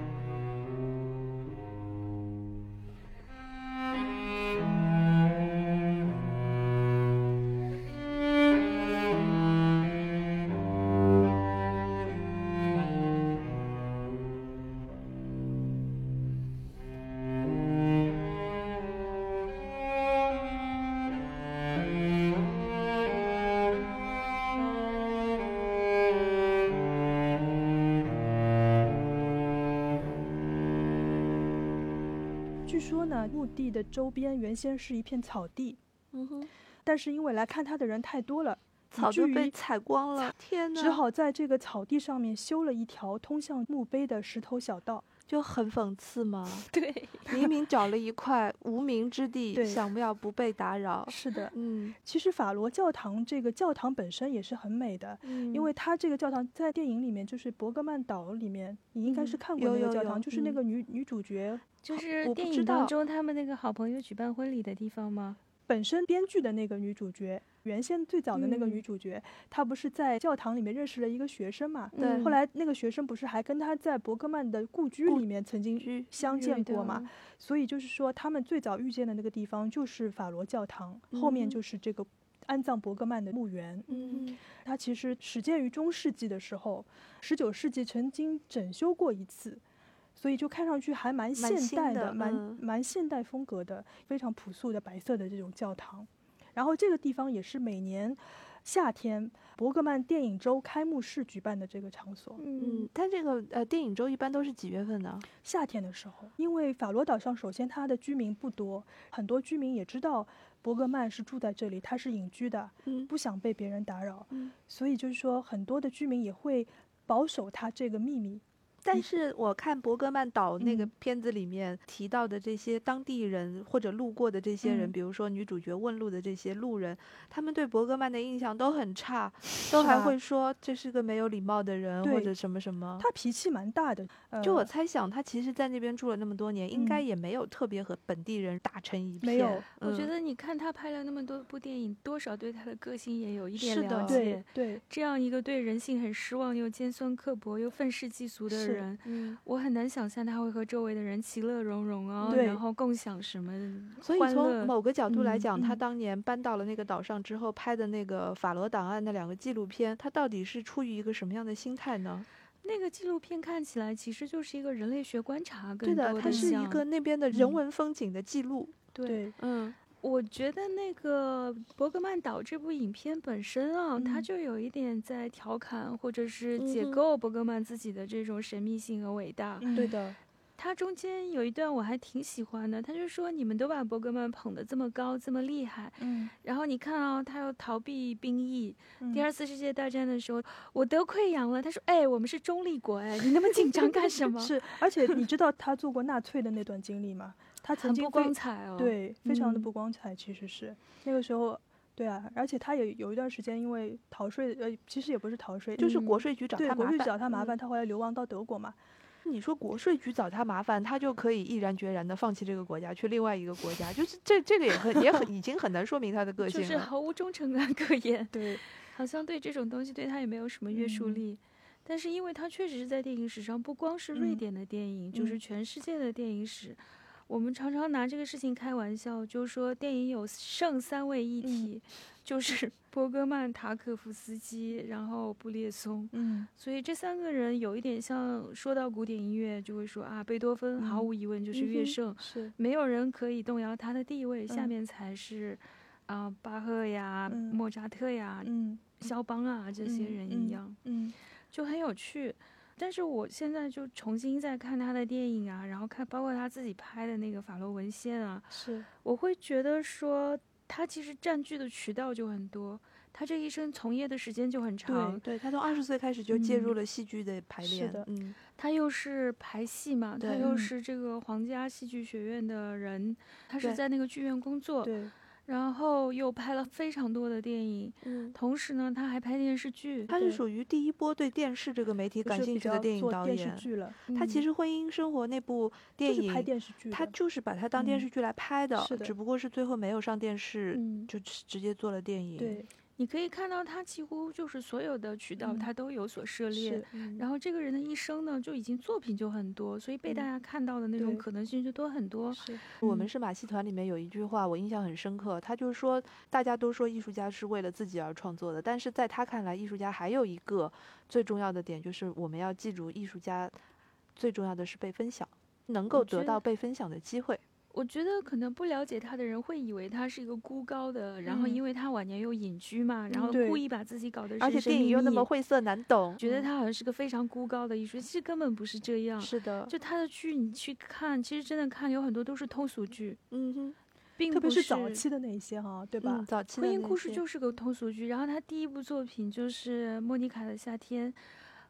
据说呢，墓地的周边原先是一片草地，嗯哼，但是因为来看他的人太多了，以早至就于被采光了，天哪！只好在这个草地上面修了一条通向墓碑的石头小道。就很讽刺嘛。对，明明找了一块无名之地，对想不要不被打扰。是的，嗯，其实法罗教堂这个教堂本身也是很美的，嗯嗯因为它这个教堂在电影里面就是《伯格曼岛》里面，你应该是嗯看过有那有个教堂，有就是那嗯个女、女主角就是我不电知影当道中他们那个好朋友举办婚礼的地方吗？本身编剧的那个女主角。原先最早的那个嗯女主角，她不是在教堂里面认识了一个学生嘛？对嗯后来那个学生不是还跟她在伯格曼的故居故里面曾经居相见遇过到嘛？所以就是说，他们最早遇见的那个地方就是法罗教堂，后面嗯就是这个安葬伯格曼的墓园。嗯它其实始建于中世纪的时候，十九世纪曾经整修过一次，所以就看上去还蛮现新代的蛮嗯蛮现代风格的，非常朴素的白色的这种教堂。然后这个地方也是每年夏天伯格曼电影周开幕式举办的这个场所。嗯，但这个呃电影周一般都是几月份呢？夏天的时候，因为法罗岛上首先它的居民不多，很多居民也知道伯格曼是住在这里，他是隐居的，嗯不想被别人打扰，嗯所以就是说很多的居民也会保守他这个秘密。但是我看伯格曼岛那个嗯片子里面提到的这些当地人或者路过的这些人，嗯比如说女主角问路的这些路人，他们对伯格曼的印象都很差，都还吧会说这是个没有礼貌的人或啊对者什么什么。他脾气蛮大的，呃、就我猜想，他其实在那边住了那么多年，应该嗯也没有特别和本地人打成一片。没有，我觉嗯得你看他拍了那么多部电影，多少对他的个性也有一点是的了对解。对，这样一个对人性很失望又尖酸刻薄又愤世嫉俗的是人，嗯，我很难想象他会和周围的人其乐融融啊，对然后共享什么所以欢从乐。某个角度来嗯讲，他嗯当年搬到了那个岛上之后拍的那个《法罗档案》那两个纪录片，他到底是出于一个什么样的心态呢？那个纪录片看起来其实就是一个人类学观察对更多的，它是一像个那边的人嗯文风景的记录。对。对嗯我觉得那个《伯格曼岛》这部影片本身啊，它嗯就有一点在调侃或者是嗯解哼构伯格曼自己的这种神秘性和伟大。对的，它中间有一段我还挺喜欢的，他就说你们都把伯格曼捧得这么高，这么厉害，嗯。然后你看啊、他要逃避兵役，嗯第二次世界大战的时候，我得溃疡了。他说：“哎，我们是中立国，哎，你那么紧张干什么？嗯 是，而且你知道他做过纳粹的那段经历吗？他曾很经不非光彩哦。”对，非常的嗯不光彩，其实是那个时候，对啊，而且他也有一段时间因为逃税，呃，其实也不是逃税，就是国嗯税局找对他国麻税局烦。找他麻嗯烦，他后来流亡到德国嘛，你说国税局找他麻烦，他就可以毅然决然的放弃这个国家，去另外一个国家，就是这这个也很也很已经很难说明他的个性就了。啊是毫无忠诚 感可言，对，好像对这种东西对他也没有什么约束嗯力。但是因为他确实是在电影史上，不光是瑞嗯典的电影，就是嗯全世界的电影史。我们常常拿这个事情开玩笑，就说电影有圣三位一嗯体，就是 伯格曼、塔可夫斯基，然后布列松。嗯，所以这三个人有一点像，说到古典音乐就会说啊，贝多芬毫嗯无疑问就是嗯乐哼圣，是，没有人可以动摇他的地位。下嗯面才是啊、巴赫呀、嗯莫扎特呀、嗯肖邦啊这些嗯人嗯一样，嗯就很有趣。但是我现在就重新再看他的电影啊，然后看包括他自己拍的那个《法罗文献》啊，是，我会觉得说他其实占据的渠道就很多，他这一生从业的时间就很长，对他从二十岁开始就介入嗯了戏剧的排是练。的嗯，他又是排戏嘛，他对又嗯是这个皇家戏剧学院的人，他对是在那个剧院工哦作，对，然后又拍了非常多的电影，嗯，同时呢，他还拍电视剧。他是对属于第一波对电视这个媒体就感是兴比趣的较电影做导电视演。剧了，他其嗯实《婚姻生活》那部就电是影，拍电视剧的，他就是把它当电嗯视剧来拍的，是的只不过是最后没有上电视，嗯，就直直接做了电影。对，你可以看到，他几乎就是所有的渠道嗯他都有所涉猎。是，嗯，然后这个人的一生呢，就已经作品就很多，所以被大嗯家看到的那种对可能性就多很多。是，我们嗯是马戏团里面有一句话，我印象很深刻，他就是说，大家都说艺术家是为了自己而创作的，但是在他看来，艺术家还有一个最重要的点，就是我们要记住，艺术家最重要的是被分享，能够我得觉到得被分享的机会。我觉得可能不了解他的人会以为他是一个孤高的，然后嗯因为他晚年又隐居嘛，然嗯后对故意把自己搞得而神且神电影秘又那么秘晦涩难懂，觉得嗯他好像是个非常孤高的艺术家，其实根本不是这样。是的，就他的剧，你去看，其实真的看有很多都是通俗剧，嗯哼，并特别不是是早期的那一些哈，对吧嗯，？早期婚的姻那故事些就是个通俗剧。然后他第一部作品就是《莫妮卡的夏天》，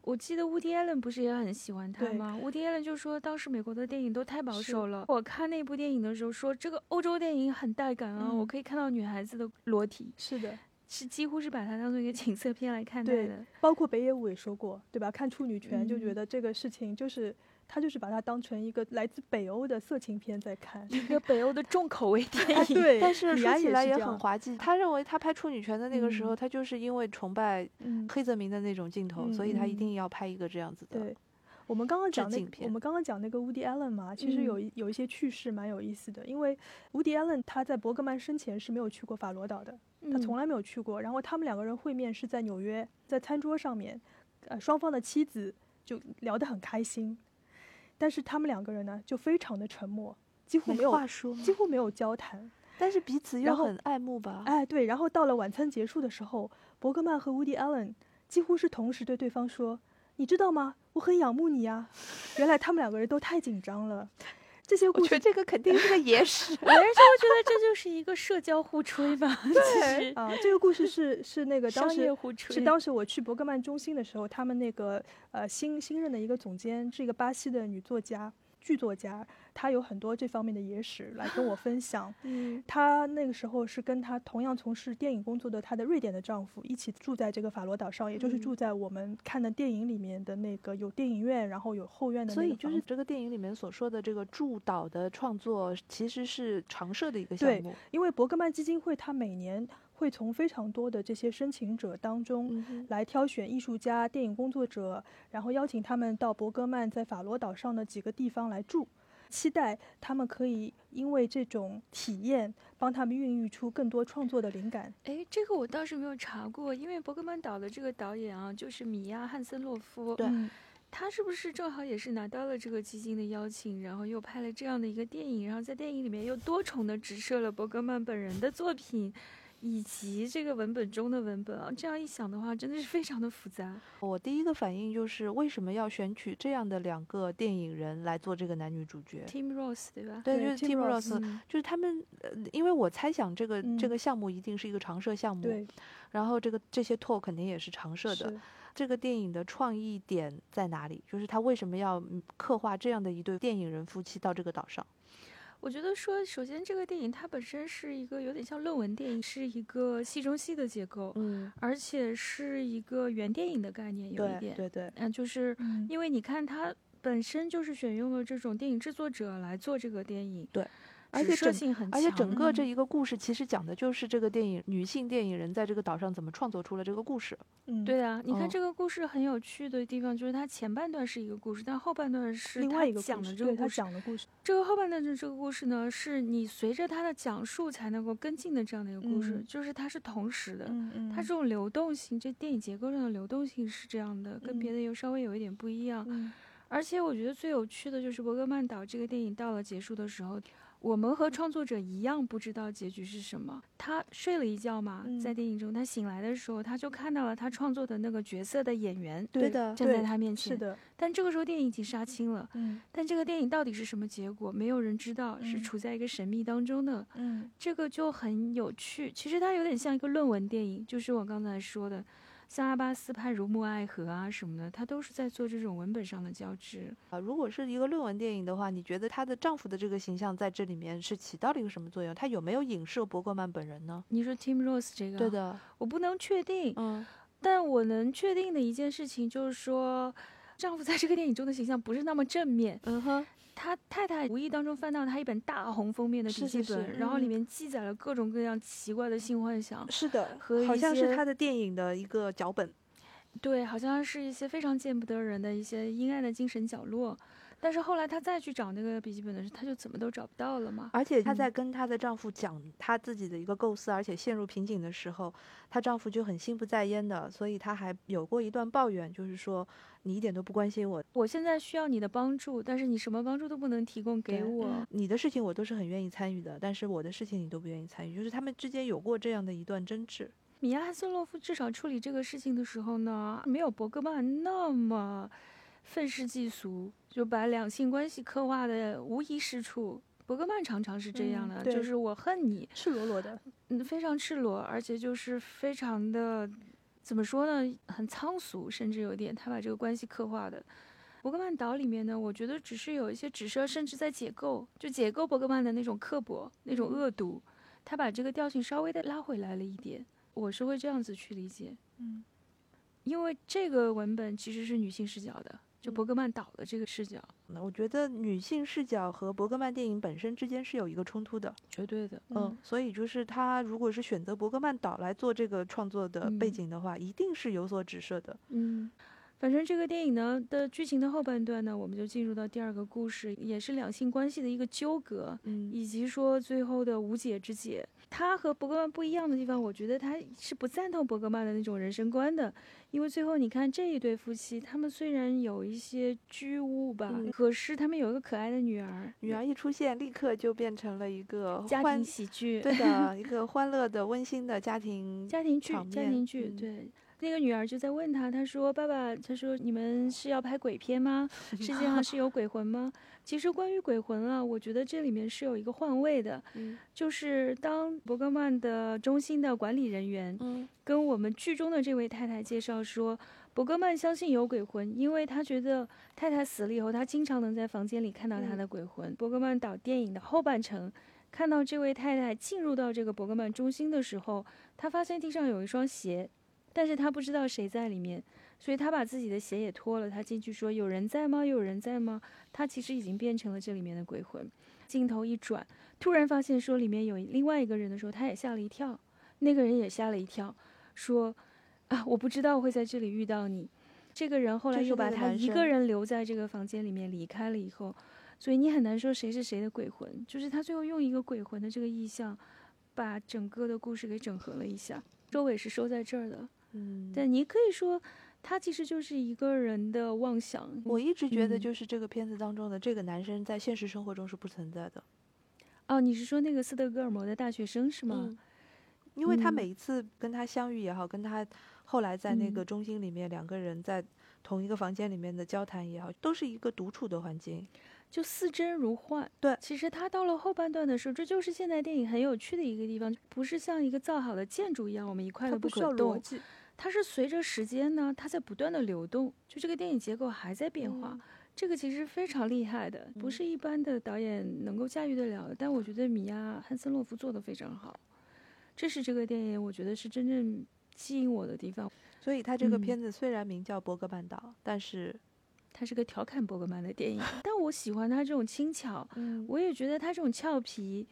我记得 Woody Allen 不是也很喜欢他对吗？Woody Allen 就说当时美国的电影都太保是守了。我看那部电影的时候说，这个欧洲电影很带感啊，我嗯可以看到女孩子的裸体，是的，是几乎是把它当做一个情色片来看待对的。包括北野武也说过，对吧？看处女权就觉嗯得这个事情就是。他就是把它当成一个来自北欧的色情片在看，一个北欧的重口味电哎，影。嗯 对，但是李说安起来也也是这很样，滑稽。他认为他拍处女权的那个时候，嗯他就是因为崇拜嗯，黑泽明的那种镜头，所以他一嗯嗯定要拍一个这样子的。对，我们刚刚嗯致讲那敬个我片嗯们刚刚讲那个 Woody Allen 嘛，其实有一、有一些趣事蛮有意思的，因为 Woody Allen 他在伯格曼生前是没有去过法罗岛的，他嗯从来没有去过。然后他们两个人会面是在纽约，在餐桌上面，呃，双方的妻子就聊得很开心，但是他们两个人呢就非常的沉默，几乎没有话说吗几乎没有交谈。但是彼此又然后很爱慕吧？哎，对。然后到了晚餐结束的时候，伯格曼和 Woody Allen 几乎是同时对对方说：“你知道吗？我很仰慕你啊。”原来他们两个人都太紧张了。这些我故觉事得这个肯定是个野 史嗯。我人就觉得这就是一个社交互吹吧，其啊、这个故事是是那个实 当商时业互吹。嗯是当时我去伯格曼中心的时候，他们那个呃新新任的一个总监是一个巴西的女作家、剧作家，她有很多这方面的野史来跟我分享。嗯她那个时候是跟她同样从事电影工作的她的瑞典的丈夫一起住在这个法罗岛上，也就是嗯住在我们看的电影里面的那个有电影院，然后有后院的所那以个就房是子这个电影里面所说的这个助导的创作，其实是常设的一个项对目。因为伯格曼基金会它每年会从非常多的这些申请者当中。嗯哼，来挑选艺术家、电影工作者，然后邀请他们到伯格曼在法罗岛上的几个地方来住，期待他们可以因为这种体验，帮他们孕育出更多创作的灵感。哎，这个我倒是没有查过，因为伯格曼岛的这个导演啊，就是米娅·汉森洛夫，对嗯他是不是正好也是拿到了这个基金的邀请，然后又拍了这样的一个电影，然后在电影里面又多重的直射了伯格曼本人的作品，以及这个文本中的文本啊？这样一想的话，真的是非常的复杂。我第一个反应就是为什么要选取这样的两个电影人来做这个男女主角？ Tim Ross 对吧？对，对就是 Tim Tim Ross， Ross，嗯就是他们，呃，因为我猜想这个、这嗯个项目一定是一个常设嗯项目，对，然后这个这些 t a l 肯定也是常设的。是这个电影的创意点在哪里？就是他为什么要嗯刻画这样的一对电影人夫妻到这个岛上？我觉得说，首先这个电影它本身是一个有点像论文电影，是一个戏中戏的结构，嗯，而且是一个原电影的概念，有一对点，对对，嗯、就是嗯，因为你看它本身就是选用了这种电影制作者来做这个电影，对，而而且且整性很而且整强个这嗯一个故事其实讲的就是这个电影女性电影人在这个岛上怎么创作出了这个故事。嗯，对啊，你哦看这个故事很有趣的地方就是它前半段是一个故事，但后半段是另它外一个讲故的事这个对他故事。讲的故事，这个后半段的这个故事呢，是你随着它的讲述才能够跟进的这样的一个故事，嗯就是它是同时的。嗯嗯，它这种流动性，这电影结构上的流动性是这样的，跟别嗯的又稍微有一点不一样。嗯而且我觉得最有趣的就是《伯格曼岛》这个电影到了结束的时候，我们和创作者一样不知道结局是什么。他睡了一觉嘛，嗯在电影中，他醒来的时候，他就看到了他创作的那个角色的演员对的站在对他面前。是。的，但这个时候电影已经杀青了，嗯但这个电影到底是什么结果，没有人知道，是嗯处在一个神秘当中的。嗯这个就很有趣。其实它有点像一个论文电影，就是我刚才说的，像阿巴斯拍《如沐爱河》啊什么的，它都是在做这种文本上的交织。啊，如果是一个论文电影的话，你觉得她的丈夫的这个形象在这里面是起到了一个什么作用？他有没有影射伯格曼本人呢？你说 Tim Rose 这个，啊对，的，我不能确定，嗯，但我能确定的一件事情就是说。丈夫在这个电影中的形象不是那么正面，嗯哼，他太太无意当中翻到他一本大红封面的笔是记是本，是然后里嗯面记载了各种各样奇怪的性幻想，是 的，和好一像是些他的电影的一个脚本。对，好像是一些非常见不得人的一些阴暗的精神角落。但是后来她再去找那个笔记本的时候，她就怎么都找不到了嘛。而且她嗯在跟她的丈夫讲她自己的一个构思，而且陷入瓶颈的时候，她丈夫就很心不在焉的，所以她还有过一段抱怨，就是说你一点都不关心我，我现在需要你的帮助，但是你什么帮助都不能提供给对我嗯。你的事情我都是很愿意参与的，但是我的事情你都不愿意参与，就是他们之间有过这样的一段争执。米娅·汉森洛夫至少处理这个事情的时候呢，没有伯格曼那么愤世嫉俗，就把两性关系刻画的无一是处。伯格曼常常是这样的，嗯就对是我恨你，赤裸裸的，嗯，非常赤裸，而且就是非常的，怎么说呢，很仓俗，甚至有点他把这个关系刻画的。伯格曼岛里面呢，我觉得只是有一些指涉，甚至在解构，就解构伯格曼的那种刻薄、那种恶毒，他把这个调性稍微的拉回来了一点，我是会这样子去理解，嗯因为这个文本其实是女性视角的，就伯格曼岛的这个视角，那我觉得女性视角和伯格曼电影本身之间是有一个冲突的，绝对的，嗯，所以就是她如果是选择伯格曼岛来做这个创作的背嗯景的话，一定是有所指涉的。嗯，反正这个电影呢的剧情的后半段呢，我们就进入到第二个故事，也是两性关系的一个纠葛，嗯以及说最后的无解之解。他和伯格曼不一样的地方，我觉得他是不赞同伯格曼的那种人生观的，因为最后你看这一对夫妻，他们虽然有一些居屋吧，嗯可是他们有一个可爱的女儿，女儿一出现，立刻就变成了一个家欢庭喜剧，对的 一个欢乐的、温馨的家庭。家庭剧，场家面庭剧，嗯对。那个女儿就在问他，他说：“爸爸，他说你们是要拍鬼片吗？世界 上是有鬼魂吗？”其实关于鬼魂啊，我觉得这里面是有一个换位的，嗯就是当伯格曼的中心的管理人员嗯跟我们剧中的这位太太介绍说，伯格曼相信有鬼魂，因为他觉得太太死了以后，他经常能在房间里看到他嗯的鬼魂。伯格曼导电影的后半程，看到这位太太进入到这个伯格曼中心的时候，他发现地上有一双鞋，但是他不知道谁在里面，所以他把自己的鞋也脱了，他进去说：“有人在吗？有人在吗？”他其实已经变成了这里面的鬼魂。镜头一转，突然发现说里面有另外一个人的时候，他也吓了一跳，那个人也吓了一跳，说：“啊，我不知道会在这里遇到你。”这个人后来就是又把那个他男一个生人留在这个房间里面离开了以后，所以你很难说谁是谁的鬼魂，就是他最后用一个鬼魂的这个意象，把整个的故事给整合了一下，收尾是收在这儿的。嗯，但你可以说，他其实就是一个人的妄想。我一直觉得，嗯就是这个片子当中的这个男生在现实生活中是不存在的，哦，你是说那个斯德哥尔摩的大学生是吗？嗯因为他嗯每一次跟他相遇也好，跟他后来在那嗯个中心里面两个人在同一个房间里面的交谈也好，都是一个独处的环境。就似真如幻。对其实他到了后半段的时候，这就是现代电影很有趣的一个地方，不是像一个造好的建筑一样，我们一块它都不需可要逻动，辑，它是随着时间呢，它在不断的流动，就这个电影结构还在变嗯化。这个其实非常厉害的，不嗯是一般的导演能够驾驭得了的。但我觉得米娅汉森洛夫做的非常好，这是这个电影我觉得是真正吸引我的地方。所以他这个嗯片子虽然名叫《伯格曼岛》，但是它是个调侃伯格曼的电影，但我喜欢他这种轻巧，嗯我也觉得他这种俏皮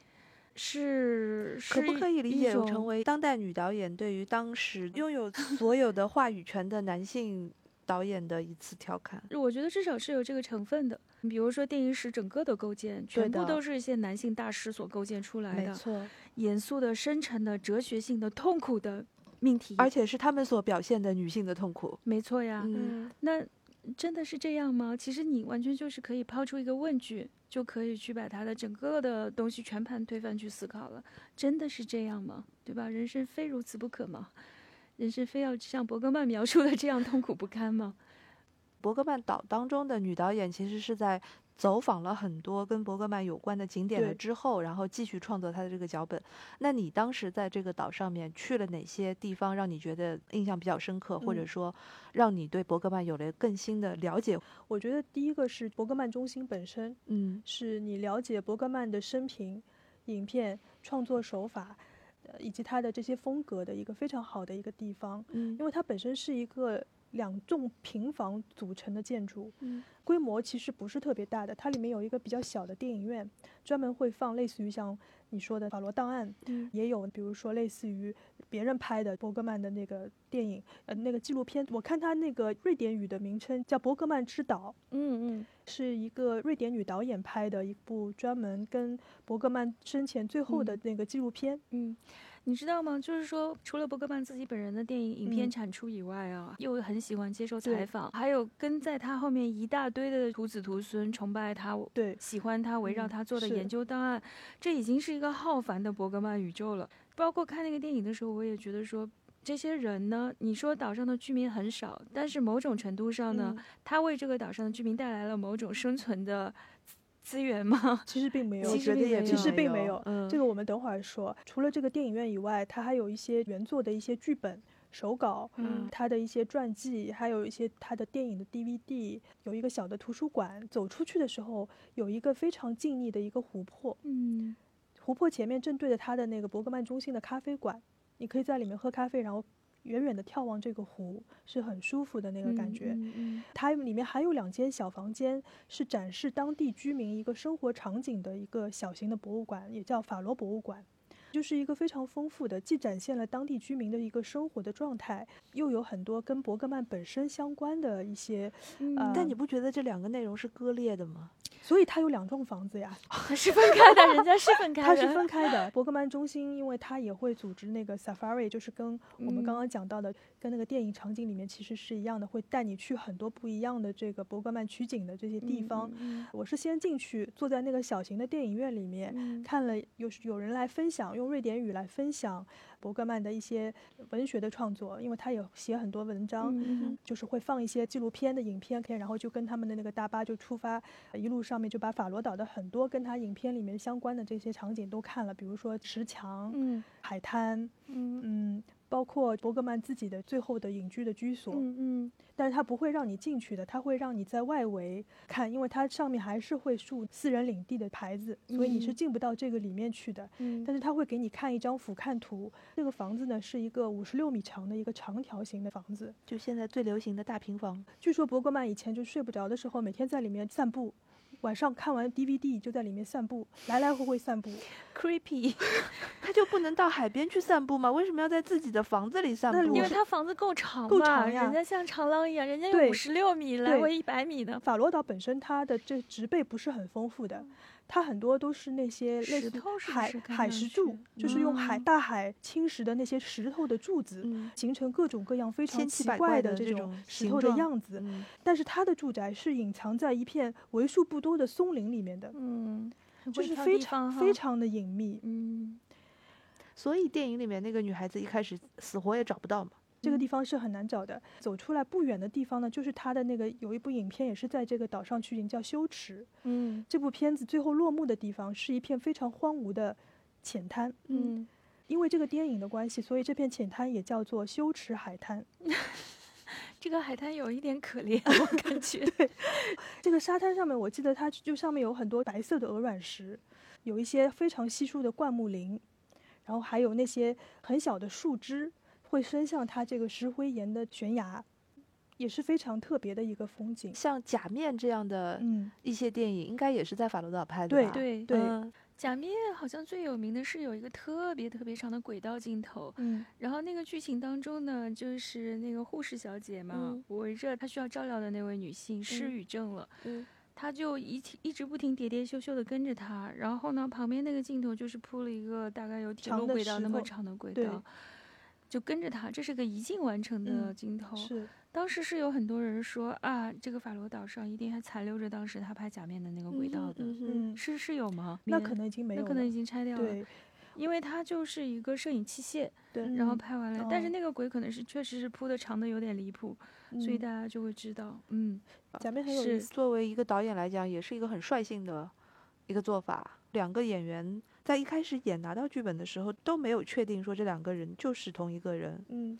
是是可不可以理一解种成为当代女导演对于当时拥有所有的话语权的男性导演的一次调侃？我觉得至少是有这个成分的。比如说电影史整个的构建，全部的都是一些男性大师所构建出来没的，错，严肃的、深沉的、哲学性的、痛苦的命题。而且是他们所表现的女性的痛苦。没错呀，嗯，嗯，那真的是这样吗？其实你完全就是可以抛出一个问句，就可以去把它的整个的东西全盘推翻去思考了。真的是这样吗？对吧？人生非如此不可吗？人生非要像伯格曼描述的这样痛苦不堪吗？伯格曼岛当中的女导演其实是在走访了很多跟伯格曼有关的景点了对之后，然后继续创作她的这个脚本。那你当时在这个岛上面去了哪些地方，让你觉得印象比较深刻，或者嗯说让你对伯格曼有了更新的了解？我觉得第一个是伯格曼中心本身，嗯是你了解伯格曼的生平、影片创作手法，呃，以及他的这些风格的一个非常好的一个地方，嗯因为它本身是一个两栋平房组成的建筑，嗯规模其实不是特别大的，它里面有一个比较小的电影院，专门会放类似于像你说的《法罗档案》，嗯也有比如说类似于别人拍的伯格曼的那个电影，呃，那个纪录片，我看它那个瑞典语的名称叫《伯格曼之岛》。嗯嗯，是一个瑞典女导演拍的一部专门跟伯格曼生前最后的那个纪录片。嗯，你知道吗？就是说，除了伯格曼自己本人的电影影片嗯产出以外啊，又很喜欢接受对采访，还有跟在他后面一大堆的徒子徒孙崇拜他、对，喜欢他，围绕嗯他做的是研究档案，这已经是一个浩繁的伯格曼宇宙了。包括看那个电影的时候，我也觉得说。这些人呢？你说岛上的居民很少，但是某种程度上呢，嗯他为这个岛上的居民带来了某种生存的资资源 吗？其实并没有其我，实觉得并也没其实并没有有。嗯，这个我们等会儿说。除了这个电影院以外，它还有一些原作的一些剧本、手稿，嗯它的一些传记，还有一些它的电影的 DVD。有一个小的图书馆，走出去的时候有一个非常静谧的一个湖泊，嗯，湖泊前面正对着它的那个伯格曼中心的咖啡馆，你可以在里面喝咖啡，然后远远的眺望这个湖，是很舒服的那个感嗯觉。嗯嗯它里面还有两间小房间，是展示当地居民一个生活场景的一个小型的博物馆，也叫法罗博物馆。就是一个非常丰富的，既展现了当地居民的一个生活的状态，又有很多跟伯格曼本身相关的一些，呃嗯，但你不觉得这两个内容是割裂的吗？所以它有两幢房子呀，是分开的，人家是分开它的，是分开的。伯格曼中心，因为它也会组织那个 safari，就是跟嗯我们刚刚讲到的，跟那个电影场景里面其实是一样的，会带你去很多不一样的这个伯格曼取景的这些地方。嗯我是先进去，坐在那个小型的电影院里面，嗯看了有有人来分享，用瑞典语来分享伯格曼的一些文学的创作，因为他也写很多文章，嗯就是会放一些纪录片的影片，然后就跟他们的那个大巴就出发，一路上面就把法罗岛的很多跟他影片里面相关的这些场景都看了，比如说石墙、嗯海滩，嗯嗯，包括伯格曼自己的最后的隐居的居所，嗯但是它不会让你进去的，它会让你在外围看，因为它上面还是会竖私人领地的牌子，所以你是嗯进不到这个里面去的。嗯，但是它会给你看一张俯瞰图，这个房子呢是一个五十六米长的一个长条形的房子。就现在最流行的大平房，据说伯格曼以前就睡不着的时候，每天在里面散步，晚上看完 DVD 就在里面散步，来来回回散步。 creepy，他就不能到海边去散步吗？为什么要在自己的房子里散那步？因为他房子够长嘛，够长呀人家像长廊一样，人家有对五十六米，来对回一百米的，法罗岛本身它的这植被不是很丰富的，它很多都是那些类石似头是不海是看海上石去柱，就是用海嗯大海侵蚀的那些石头的柱子，嗯形成各种各样非常千奇奇百怪怪的这这种种石形头的状样子。嗯但是它的住宅是隐藏在一片为数不多的松林里面的，嗯，很就会是挑非地方常哈非，常的隐秘。嗯所以电影里面那个女孩子一开始死活也找不到嘛。这个嗯地方是很难找的。走出来不远的地方呢，就是它的那个有一部影片也是在这个岛上取景，叫《羞耻》。嗯这部片子最后落幕的地方是一片非常荒芜的浅滩。嗯，因为这个电影的关系，所以这片浅滩也叫做羞耻海滩。这个海滩有一点可 怜，我感觉，这个沙滩上面，我记得它就上面有很多白色的鹅卵石，有一些非常稀疏的灌木林，然后还有那些很小的树枝会伸向它这个石灰岩的悬崖，也是非常特别的一个风景。像《假面》这样的嗯，一些电影，应该也是在法罗岛拍的对吧？对对嗯啊假面好像最有名的是有一个特别特别长的轨道镜头，嗯然后那个剧情当中呢，就是那个护士小姐嘛，嗯围着她需要照料的那位女性失嗯语症了，嗯她就一起一直不停喋喋羞羞的跟着她，然后呢，旁边那个镜头就是铺了一个大概有铁长路的轨道石那么头长的轨对道，就跟着她，这是个一镜完成的嗯镜头。是当时是有很多人说啊，这个法罗岛上一定还残留着当时她拍假面的那个轨道的，嗯嗯，是是有吗？那明可能已经没有那了，可能已经拆掉了，对因为它就是一个摄影器械，对然后嗯拍完了，但是哦那个鬼可能是确实是铺的长的有点离谱，所以嗯大家就会知道，嗯，假面很有意是思。作为一个导演来讲，也是一个很率性的一个做法。两个演员在一开始演拿到剧本的时候，都没有确定说这两个人就是同一个人，嗯，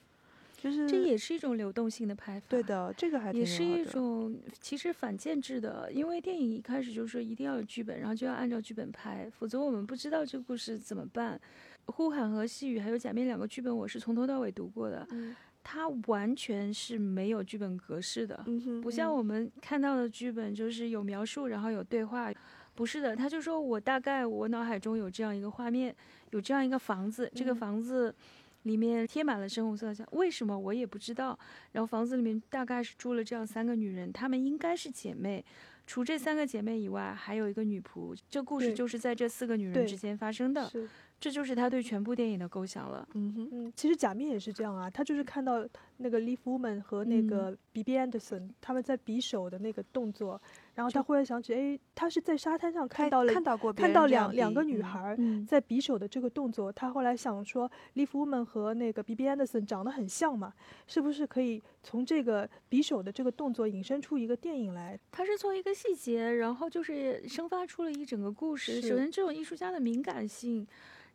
就是这也是一种流动性的拍法，对。的，这个还挺也是好一的种其实反建制的，因为电影一开始就说一定要有剧本，然后就要按照剧本拍，否则我们不知道这个故事怎么办。《呼喊》和《细雨》还有《假面》两个剧本，我是从头到尾读过的，嗯它完全是没有剧本格式的，嗯哼，不像嗯我们看到的剧本，就是有描述，然后有对话。不是的，他就说我大概我脑海中有这样一个画面，有这样一个房子，这个嗯房子里面贴满了深红色的墙，为什么我也不知道。然后房子里面大概是住了这样三个女人，她们应该是姐妹。除这三个姐妹以外，还有一个女仆。这故事对就是在这四个女人对之间发生的，是。这就是他对全部电影的构想了。嗯哼，嗯，其实假面也是这样啊，他就是看到那个 Leaf Woman 和那嗯个 B B Anderson 他们在比手的那个动作，然后他忽然想起，哎，他是在沙滩上看看到了看到过别看人到这样两两个比女嗯孩儿嗯在比手的这个动作，他后来想说，Leaf Woman 和那个 B B Anderson 长得很像嘛，是不是可以从这个比手的这个动作引申出一个电影来？它是从一个细节，然后就是生发出了一整个故事。首是先，这种艺术家的敏感性，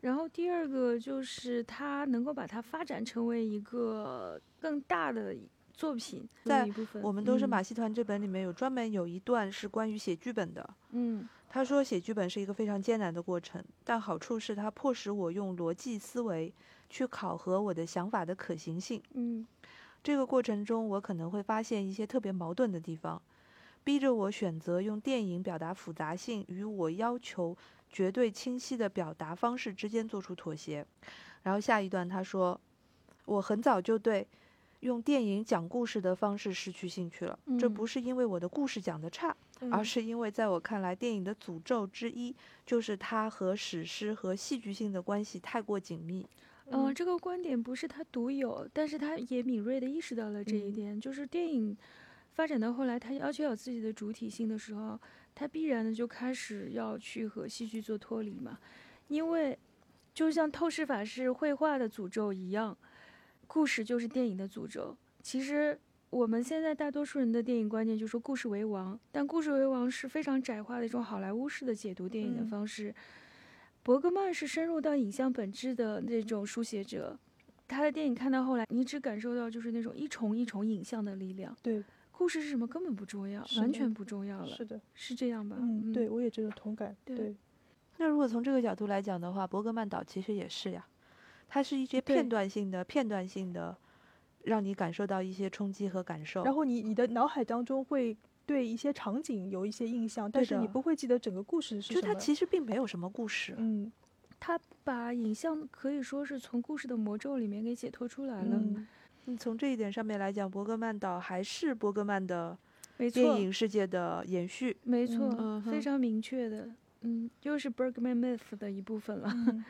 然后第二个就是他能够把它发展成为一个更大的作品那么在一部分。我们都是嗯马戏团这本里面有专门有一段是关于写剧本的。嗯他说写剧本是一个非常艰难的过程，但好处是它迫使我用逻辑思维去考核我的想法的可行性。嗯这个过程中，我可能会发现一些特别矛盾的地方，逼着我选择用电影表达复杂性与我要求绝对清晰的表达方式之间做出妥协。然后下一段他说，我很早就对用电影讲故事的方式失去兴趣了，这嗯不是因为我的故事讲得差，而嗯哦是因为在我看来，电影的诅咒之一就是它和史诗和戏剧性的关系太过紧密。嗯、这个观点不是他独有，但是他也敏锐地意识到了这一嗯点，就是电影发展到后来，他要求有自己的主体性的时候，他必然的就开始要去和戏剧做脱离嘛，因为就像透视法是绘画的诅咒一样，故事就是电影的诅咒。其实我们现在大多数人的电影观念就是说故事为王，但故事为王是非常窄化的一种好莱坞式的解读电影的嗯方式。伯格曼是深入到影像本质的那种书写者，他的电影看到后来，你只感受到就是那种一重一重影像的力量。对，故事是什么根本不重要，是完的全不重要了，是的，是这样吧？嗯，对，我也这种同感，对对，那如果从这个角度来讲的话，伯格曼岛其实也是呀，它是一些片对段性的、片段性的，让你感受到一些冲击和感受。然后你你的脑海当中会对一些场景有一些印象，但对是你的不会记得整个故事是就什它么。其实并没有什么故事，嗯他把影像可以说是从故事的魔咒里面给解脱出来了， 嗯，嗯，从这一点上面来讲，伯格曼岛还是伯格曼的没电错，影世界的延续。没错，嗯哼非常明确的，嗯，又是 Bergman myth 的一部分了，嗯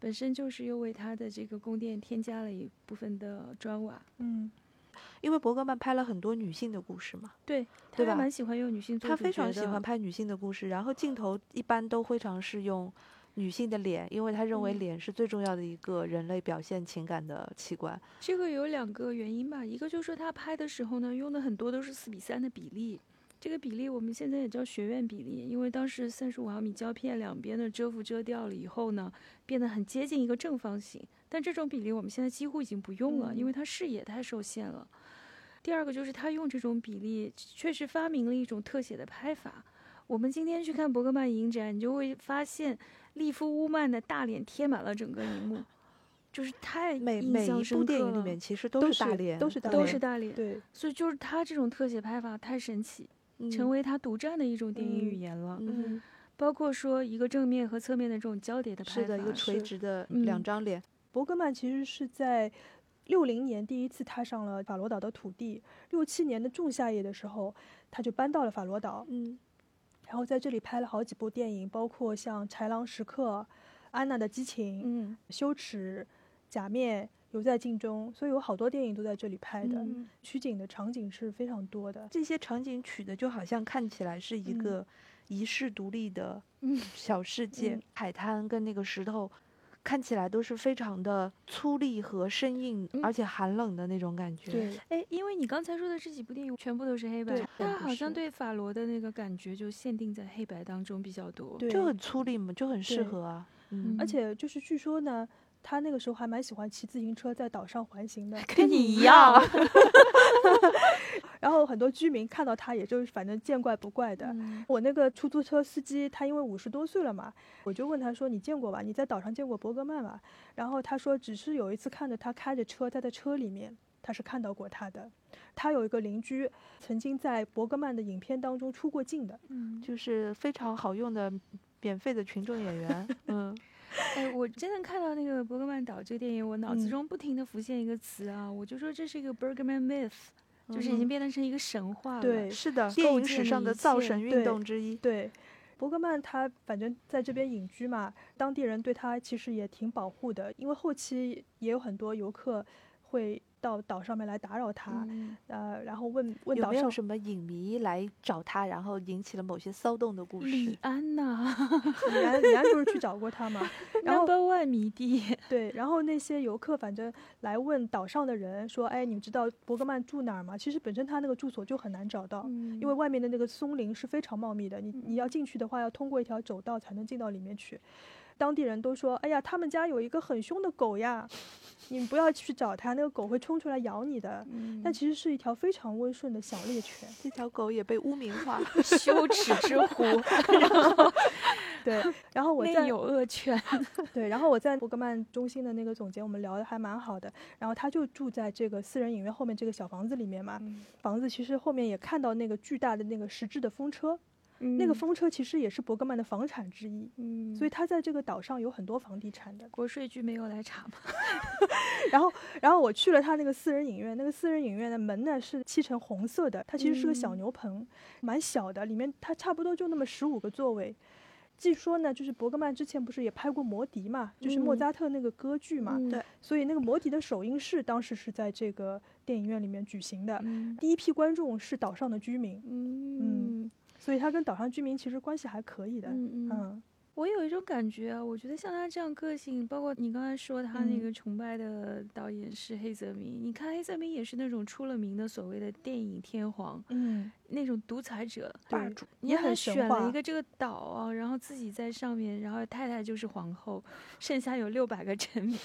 本身就是又为他的这个宫殿添加了一部分的砖瓦。嗯，因为伯格曼拍了很多女性的故事嘛，对，他对还吧蛮喜欢用女性做他主非常角喜的欢拍女性的故事，然后镜头一般都非常是用女性的脸，因为他认为嗯脸是最重要的一个人类表现情感的器官。这个有两个原因吧，一个就是说他拍的时候呢，用的很多都是四比三的比例，这个比例我们现在也叫学院比例，因为当时三十五毫米胶片两边的遮幅遮掉了以后呢，变得很接近一个正方形，但这种比例我们现在几乎已经不用了，因为它视野太受限了。第二个就是他用这种比例，确实发明了一种特写的拍法。我们今天去看伯格曼影展，你就会发现利夫·乌曼的大脸贴满了整个荧幕，就是太每印每象一深部电刻影里了面其实都都是大是脸，都是大都脸是大脸，对，所以就是他这种特写拍法太神奇，嗯成为他独占的一种电影语嗯言了。嗯，包括说一个正面和侧面的这种交叠的拍法，是的一个垂是直的嗯两张脸。伯格曼其实是在六零年第一次踏上了法罗岛的土地，六七年的仲夏夜的时候，他就搬到了法罗岛，嗯，然后在这里拍了好几部电影，包括像《豺狼时刻》《安娜的激情》嗯，羞耻、假面、犹在镜中，所以有好多电影都在这里拍的，嗯取景的场景是非常多的。这些场景取的就好像看起来是一嗯个遗世独立的嗯 小世界，嗯海滩跟那个石头。看起来都是非常的粗粝和生硬，嗯而且寒冷的那种感觉。对，哎，因为你刚才说的这几部电影全部都是黑白对，他全部好像是对法罗的那个感觉就限定在黑白当中比较多。对，就很粗粝嘛，就很适对合啊。嗯嗯，而且就是据说呢，他那个时候还蛮喜欢骑自行车在岛上环行的，跟你一样，然后很多居民看到他也就是反正见怪不怪的。嗯我那个出租车司机，他因为五十多岁了嘛，我就问他说：“你见过吧？你在岛上见过伯格曼吧？”然后他说：“只是有一次看着他开着车，他在车里面，他是看到过他的。他有一个邻居，曾经在伯格曼的影片当中出过镜的。嗯， 就是非常好用的免费的群众演员。嗯，哎，我真的看到那个伯格曼岛这个电影，我脑子嗯中不停的浮现一个词啊，我就说这是一个 Bergman myth，就是已嗯经变得成一个神话了。对是的，构电影建史了上一的造切神运对动之一。对，伯格曼他反正在这边隐居嘛，当地人对他其实也挺保护的，因为后期也有很多游客会到岛上面来打扰他，嗯呃，然后问问有岛没有上什么影迷来找他，然后引起了某些骚动的故李事？安呐、李安，李安不是去找过 他嘛，然后 Number One 迷弟，对，然后那些游客反正来问岛上的人说，哎，你们知道伯格曼住哪儿吗？其实本身他那个住所就很难找到，嗯因为外面的那个松林是非常茂密的，你你要进去的话，要通过一条走道才能进到里面去。当地人都说，哎呀，他们家有一个很凶的狗呀，你不要去找它，那个狗会冲出来咬你的。嗯但其实是一条非常温顺的小 猎犬，这条狗也被污名化，羞耻之狐，对。然后我我内在有恶犬，对，然后我在伯格曼中心的那个总监，我们聊的还蛮好的。然后他就住在这个私人影院后面这个小房子里面嘛，房子其实后面也看到那个巨大的那个石质的风车，那个嗯，风车其实也是伯格曼的房产之一。嗯，所以他在这个岛上有很多房地产的，国税局没有来查吗？然后，然后我去了他那个私人影院，那个私人影院的门呢是漆成红色的，它其实是个小嗯牛棚，蛮小的，里面它差不多就那么十五个座位。据说呢，就是伯格曼之前不是也拍过《魔笛》嘛，就是莫嗯扎特那个歌剧嘛，嗯对所以那个《魔笛》的首映式当时是在这个电影院里面举行的，嗯第一批观众是岛上的居民，嗯所以他跟岛上居民其实关系还可以的，嗯嗯。嗯我有一种感觉啊，我觉得像他这样个性，包括你刚才说他那嗯个崇拜的导演是黑泽明，你看黑泽明也是那种出了名的所谓的电影天皇，嗯，那种独裁者。对，你也看他很神选了话一个这个岛啊，然后自己在上面，然后太太就是皇后，剩下有六百个臣民，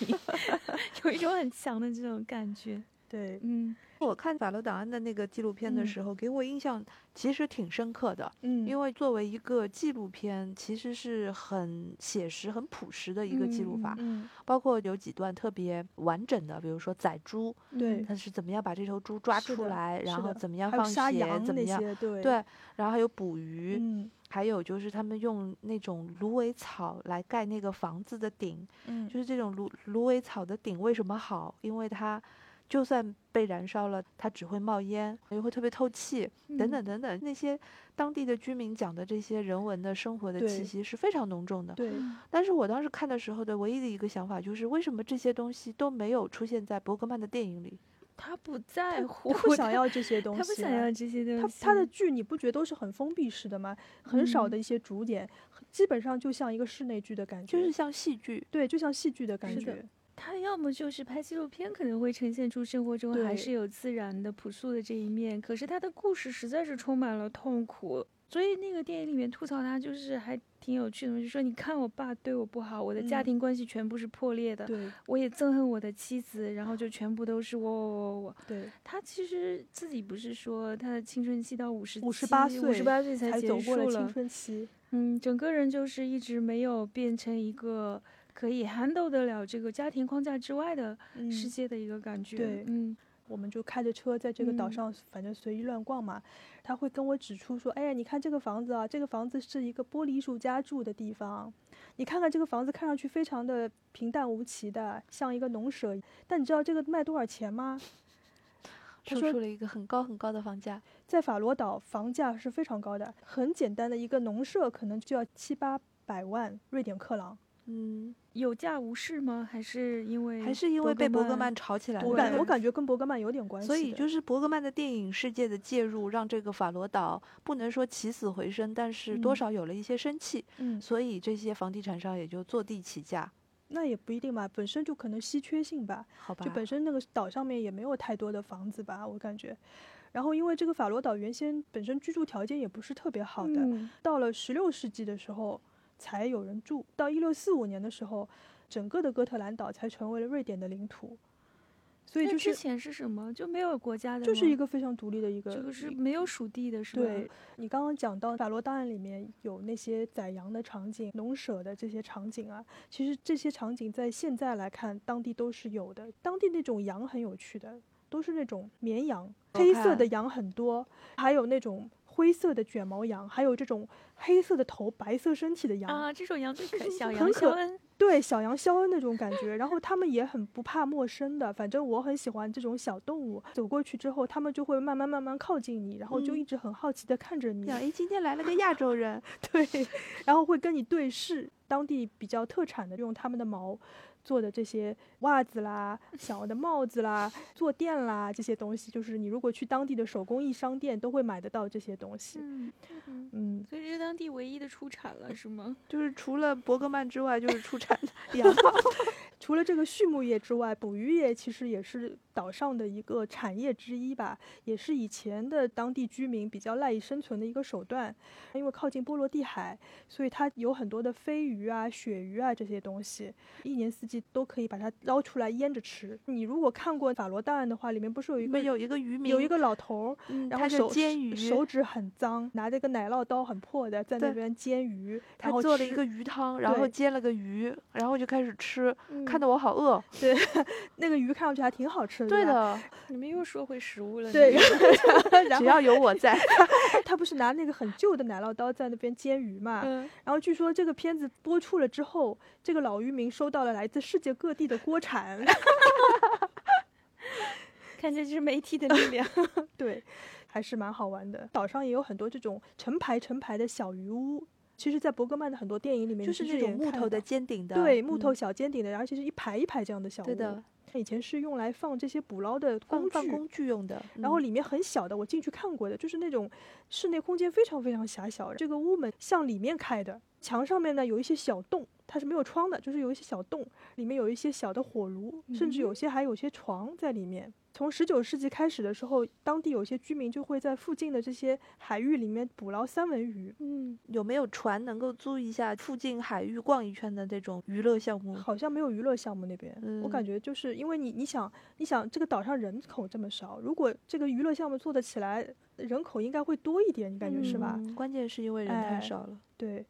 有一种很强的这种感觉。对，嗯我看《法罗档案》的那个纪录片的嗯时候，给我印象其实挺深刻的，嗯，因为作为一个纪录片，其实是很写实、很朴实的一个记录嗯法，嗯，包括有几段特别完整的，比如说宰猪，对它是怎么样把这头猪抓是出的来，然是后的怎么样还有放杀血，羊怎么那样，些，对对，然后还有捕鱼，嗯还有就是他们用那种芦苇草来盖那个房子的顶，嗯就是这种芦芦苇草的顶为什么好？因为它就算被燃烧了，它只会冒烟，又会特别透气，嗯等嗯等等等。那些当地的居民讲的这些人文的生活的气对息是非常浓重的。对，嗯但是我当时看的时候的唯一的一个想法就是，为什么这些东西都没有出现在伯格曼的电影里？他不在乎，他不想要这些东西他啊，不想要这些东他西。他的剧你不觉得都是很封闭式的吗？很少嗯的一些主点，基本上就像一个室内剧的感觉，就是像戏剧，对，就像戏剧的感是的觉，他要么就是拍纪录片，可能会呈现出生活中还对是有自然的、朴素的这一面。可是他的故事实在是充满了痛苦，所以那个电影里面吐槽他就是还挺有趣的，就说你看我爸对我不好，我的家嗯庭关系全部是破裂的，对我也憎恨我的妻子，然后就全部都是我我我我。对他其实自己不是说他的青春期到五十58五十八岁对，才结走束过了青春期，嗯，整个人就是一直没有变成一个可以 handle 得了这个家庭框架之外的嗯，世界的一个感觉。对嗯我们就开着车在这个岛嗯上，反正随意乱逛嘛。他会跟我指出说：“哎呀，你看这个房子啊，这个房子是一个玻璃艺术家住的地方。你看看这个房子，看上去非常的平淡无奇的，像一个农舍。但你知道这个卖多少钱吗？他说说出了一个很高很高的房价。在法罗岛房价是非常高的，很简单的一个农舍可能就要七八百万瑞典克朗。嗯，有价无市吗？还是因为还是因为被伯格曼曼炒起来我对感了我。感觉跟伯格曼有点关系的。所以就是伯格曼的电影世界的介入，让这个法罗岛不能说起死回生，但是多嗯少有了一些生气，嗯，所以这些房地产商也就坐地起价，那也不一定嘛，本身就可能稀缺性吧。好吧就？本身那个岛上面也没有太多的房子吧，我感觉。然后因为这个法罗岛原先本身居住条件也不是特别好的，嗯到了十六世纪的时候才有人住，到一六四五年的时候，整个的哥特兰岛才成为了瑞典的领土，所以那就之是前是什么？就没有国家的吗，就是一个个非常独立的一个这个是没有属地的，是吧？对，你刚刚讲到《法罗档案》里面有那些宰羊的场景、农舍的这些场景啊，其实这些场景在现在来看，当地都是有的。当地那种羊很有趣的，都是那种绵羊，好黑色的看羊很多，还有那种灰色的卷毛羊，还有这种黑色的头、白色身体的羊。啊，这种羊最可小很羊肖可恩，对，小羊肖恩那种感觉。然后他们也很不怕陌生的，反正我很喜欢这种小动物。走过去之后，他们就会慢慢慢慢靠近你，然后就嗯一直很好奇的看着你。呀，哎，今天来了个亚洲人， 对，然后会跟你对视。当地比较特产的，用他们的毛做的这些袜子啦、小的帽子啦、坐垫啦这些东西，就是你如果去当地的手工艺商店都会买得到这些东西。嗯，嗯，所以这是当地唯一的出产了，是 吗？就是除了伯格曼 之外，就是出产羊毛。除了这个畜牧业之外，捕鱼业其实也是岛上的一个产业之一吧，也是以前的当地居民比较赖以生存的一个手段。因为靠近波罗的海，所以它有很多的飞鱼啊、鳕鱼啊这些东西，一年四季都可以把它捞出来腌着吃。你如果看过《法罗档案》的话，里面不是有一里个面有一个渔民，有一个老头儿，嗯，然他后是手煎鱼，手指很脏，拿着一个奶酪刀很破的在那对边煎鱼，他然后做了一吃个鱼汤，然后对煎了个鱼，然后就开始吃，嗯看得我好饿。对那个鱼看上去还挺好吃的，对吧。 的，你们又说回食物了呢。对， 然只后要有我在，他不是拿那个很旧的奶酪刀在那边煎鱼嘛？嗯，然后据说这个片子播出了之后，这个老渔民收到了来自世界各地的 锅铲，看见就是媒体的力量。 对，还是蛮好玩的。岛上也有很多这种成排成排的小渔屋，其实，在伯格曼的很多电影里面，就是你那也种木看头的到，尖顶的，对，木头嗯，小尖顶的，然后其实一排一排这样的小屋。对的，，以前是用来放这些捕捞的放工放具。工具用的。然后嗯里面很小的，我进去看过的，就是那种室内空间非常非常狭小，这个屋门向里面开的，墙上面呢有一些小洞，它是没有窗的，就是有一些小洞，里面有一些小的火炉，甚嗯至有些还有些床在里面。从十九世纪开始的时候，当地有些居民就会在附近的这些海域里面捕捞三文鱼，嗯，有没有船能够租一下附近海域逛一圈的这种娱乐项目？好像没有娱乐项目那边，我感嗯觉就是因为你你想你想这个岛上人口这么少，如果这个娱乐项目做得起来，人口应该会多一点，你感觉是吧？嗯关键是因为人太哎少了。对，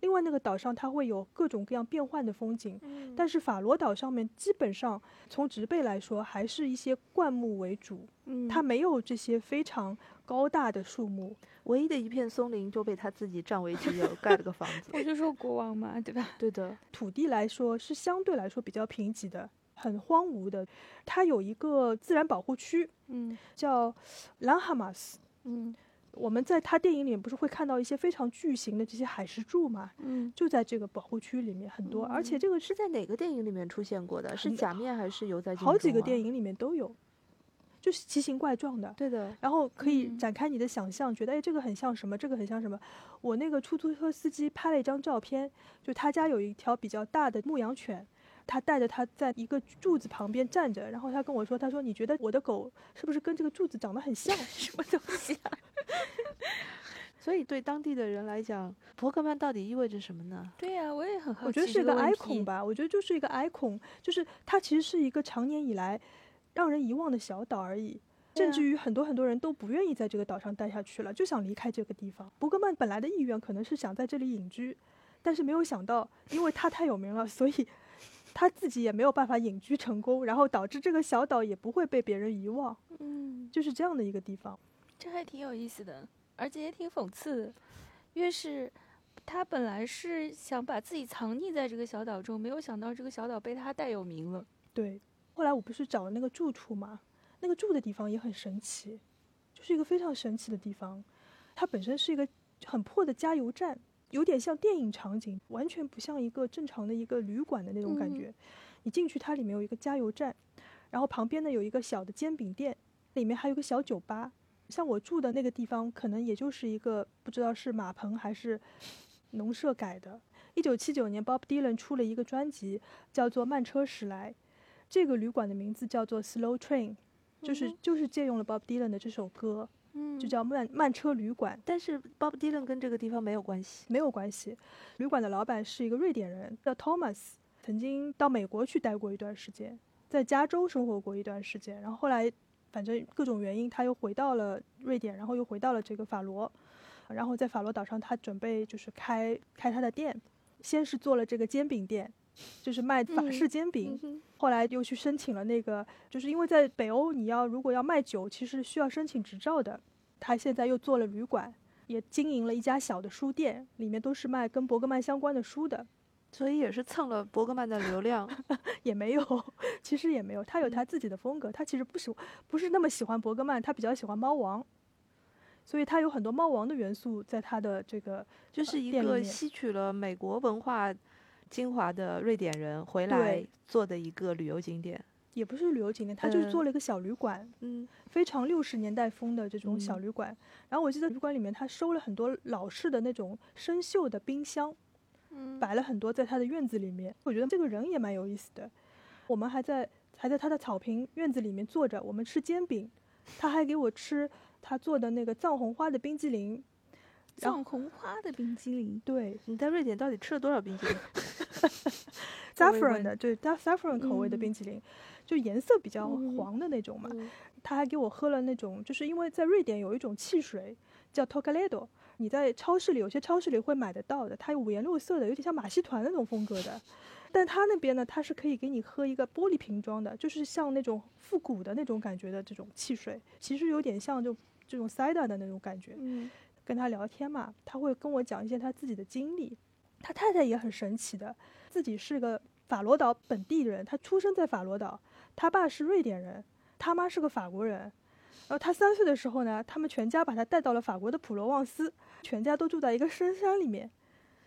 另外那个岛上它会有各种各样变幻的风景，嗯嗯嗯但是法罗岛上面基本上从植被来说还是一些灌木为主，嗯它没有这些非常高大的树木。唯一的一片松林就被他自己占为己有，盖了个房 子。我就说国王嘛，对吧？对的，土地来说是相对来说比较贫瘠的，很荒芜的。它有一个自然保护区嗯叫兰哈马斯。嗯我们在它电影里面不是会看到一些非常巨型的这些海石柱嘛？嗯，就在这个保护区里面很多，而且嗯这个是是在哪个电影里面出现过的？是很假面还是犹在镜好几中个啊电。影里面都有，就是奇形怪状的。对的，然后可以嗯展开你的想象，觉得哎，这个很像什么，这个很像什么。我那个出租车司机拍了一张照片，就他家有一条比较大的牧羊犬，他带着它在一个柱子旁边站着，然后他跟我说，他说你觉得我的狗是不是跟这个柱子长得很像？什么东西啊？所以对当地的人来讲，伯格曼到底意味着什么呢？对呀、我也很好奇。我觉得是一个个问 icon 题。吧，我觉得就是一个 icon，就是它其实是一个常年以来让人遗忘的小岛而已。对啊甚至于很多很多人都不愿意在这个岛上待下去了，就想离开这个地方。伯格曼本来的意愿可能是想在这里隐居，但是没有想到，因为他太有名了，所以他自己也没有办法隐居成功，然后导致这个小岛也不会被别人遗忘，嗯，就是这样的一个地方。这还挺有意思的，而且也挺讽刺的。越是他本来是想把自己藏匿在这个小岛中，没有想到这个小岛被他带有名了。对，后来我不是找那个住处嘛，那个住的地方也很神奇，就是一个非常神奇的地方。它本身是一个很破的加油站，有点像电影场景，完全不像一个正常的一个旅馆的那种感嗯觉。你进去，它里面有一个加油站，然后旁边呢有一个小的煎饼店，里面还有个小酒吧。像我住的那个地方，可能也就是一个不知道是马棚还是农舍改的。一九七九年，Bob Dylan 出了一个专辑，叫做《慢车驶来》。这个旅馆的名字叫做 Slow Train，就是、就是借用了 Bob Dylan 的这首歌，嗯就叫慢慢车旅馆。但是 Bob Dylan 跟这个地方没有关系。没有关系，旅馆的老板是一个瑞典人，叫 Thomas，曾经到美国去待过一段时间，在加州生活过一段时间，然后后来反正各种原因，他又回到了瑞典，然后又回到了这个法罗，然后在法罗岛上，他准备就是开开他的店，先是做了这个煎饼店，就是卖法嗯式煎饼，嗯哼后来又去申请了那个，就是因为在北欧，你要如果要卖酒，其实需要申请执照的。他现在又做了旅馆，也经营了一家小的书店，里面都是卖跟伯格曼相关的书的，所以也是蹭了伯格曼的流量，也没有， 其实也没有，他有他嗯自己的风格，他其实不喜不是那么喜欢伯格曼，他比较喜欢猫王，所以他有很多猫王的元素在他的这个就是一呃店里个面吸取了美国文化精华的瑞典人回对来做的一个旅游景点。也不是旅游景点，他就是嗯做了一个小旅馆，嗯，非常六十年代风的这种小嗯旅馆。然后我记得旅馆里面他收了很多老式的那种生锈的冰箱，嗯摆了很多在他的院子里面。我觉得这个人也蛮有意思的。我们还在还在他的草坪院子里面坐着，我们吃煎饼，他还给我吃他做的那个藏红花的冰激凌。然后藏红花的冰激凌，对你在瑞典到底吃了多少冰 激凌？口味，saffron 问的，对，da- saffron 口味的嗯冰淇淋，就颜色比较嗯黄的那种嘛。嗯他还给我喝了那种，就是因为在瑞典有一种汽水叫 t o k a l e d o 你在超市里有些超市里会买得到的，它有五颜六色的，有点像马戏团那种风格的。但它那边呢，它是可以给你喝一个玻璃瓶装的，就是像那种复古的那种感觉的这种汽水，其实有点像就这种 cider 的那种感觉。嗯，跟他聊天嘛，他会跟我讲一些他自己的经历。他太太也很神奇的，自己是个法罗岛本地人，他出生在法罗岛，他爸是瑞典人，他妈是个法国人。然后他三岁的时候呢，他们全家把他带到了法国的普罗旺斯，全家都住在一个深山里面，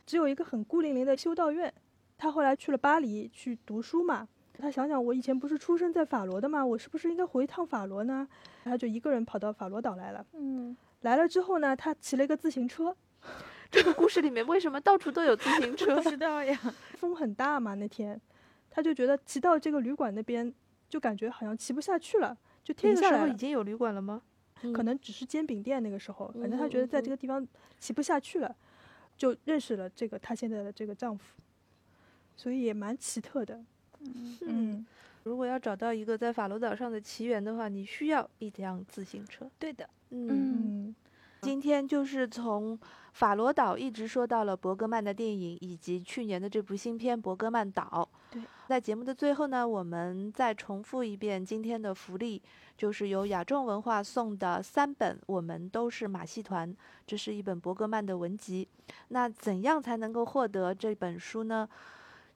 只有一个很孤零零的修道院。他后来去了巴黎去读书嘛，他想想我以前不是出生在法罗的嘛，我是不是应该回一趟法罗呢？他就一个人跑到法罗岛来了。嗯，来了之后呢，他骑了一个自行车，这个故事里面为什么到处都有自行 车不？知道呀， 风很大嘛，那天，他就觉得骑到这个旅馆那边，就感觉好像骑不下去了，就那停个下时来候已了。嗯经有旅馆了吗？可能只是煎饼店那个时候，反正他嗯觉得在嗯这个地方骑不下去了，就认识了这个她现在的这个丈夫，所以也蛮奇特的。嗯，嗯，如果要找到一个在法罗岛上的奇缘的话，你需要一辆自行车。对的，嗯嗯今天就是从法罗岛一直说到了伯格曼的电影，以及去年的这部新片《伯格曼岛》。对，在节目的最后呢，我们再重复一遍今天的福利，就是由雅众文化送的三本《我们都是马戏团》，这是一本伯格曼的文集。那怎样才能够获得这本书呢？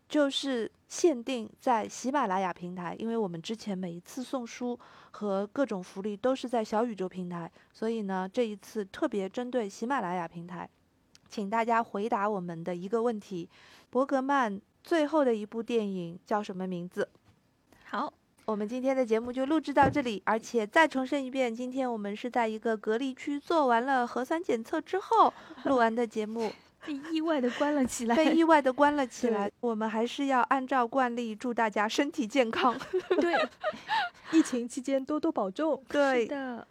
就是限定在喜马拉雅平台，因为我们之前每一次送书和各种福利都是在小宇宙平台，所以呢，这一次特别针对喜马拉雅平台，请大家回答我们的一个问题：伯格曼最后的一部电影叫什么名字？ 好，我们今天的节目就录制到这里，而且再重申一遍，今天我们是在一个隔离区做完了核酸检测之后录完的节目，被意外的关了起来，被意外的关了起对来。我们还是要按照惯例，祝大家身体健康。对，疫情期间多多保重。对是，的，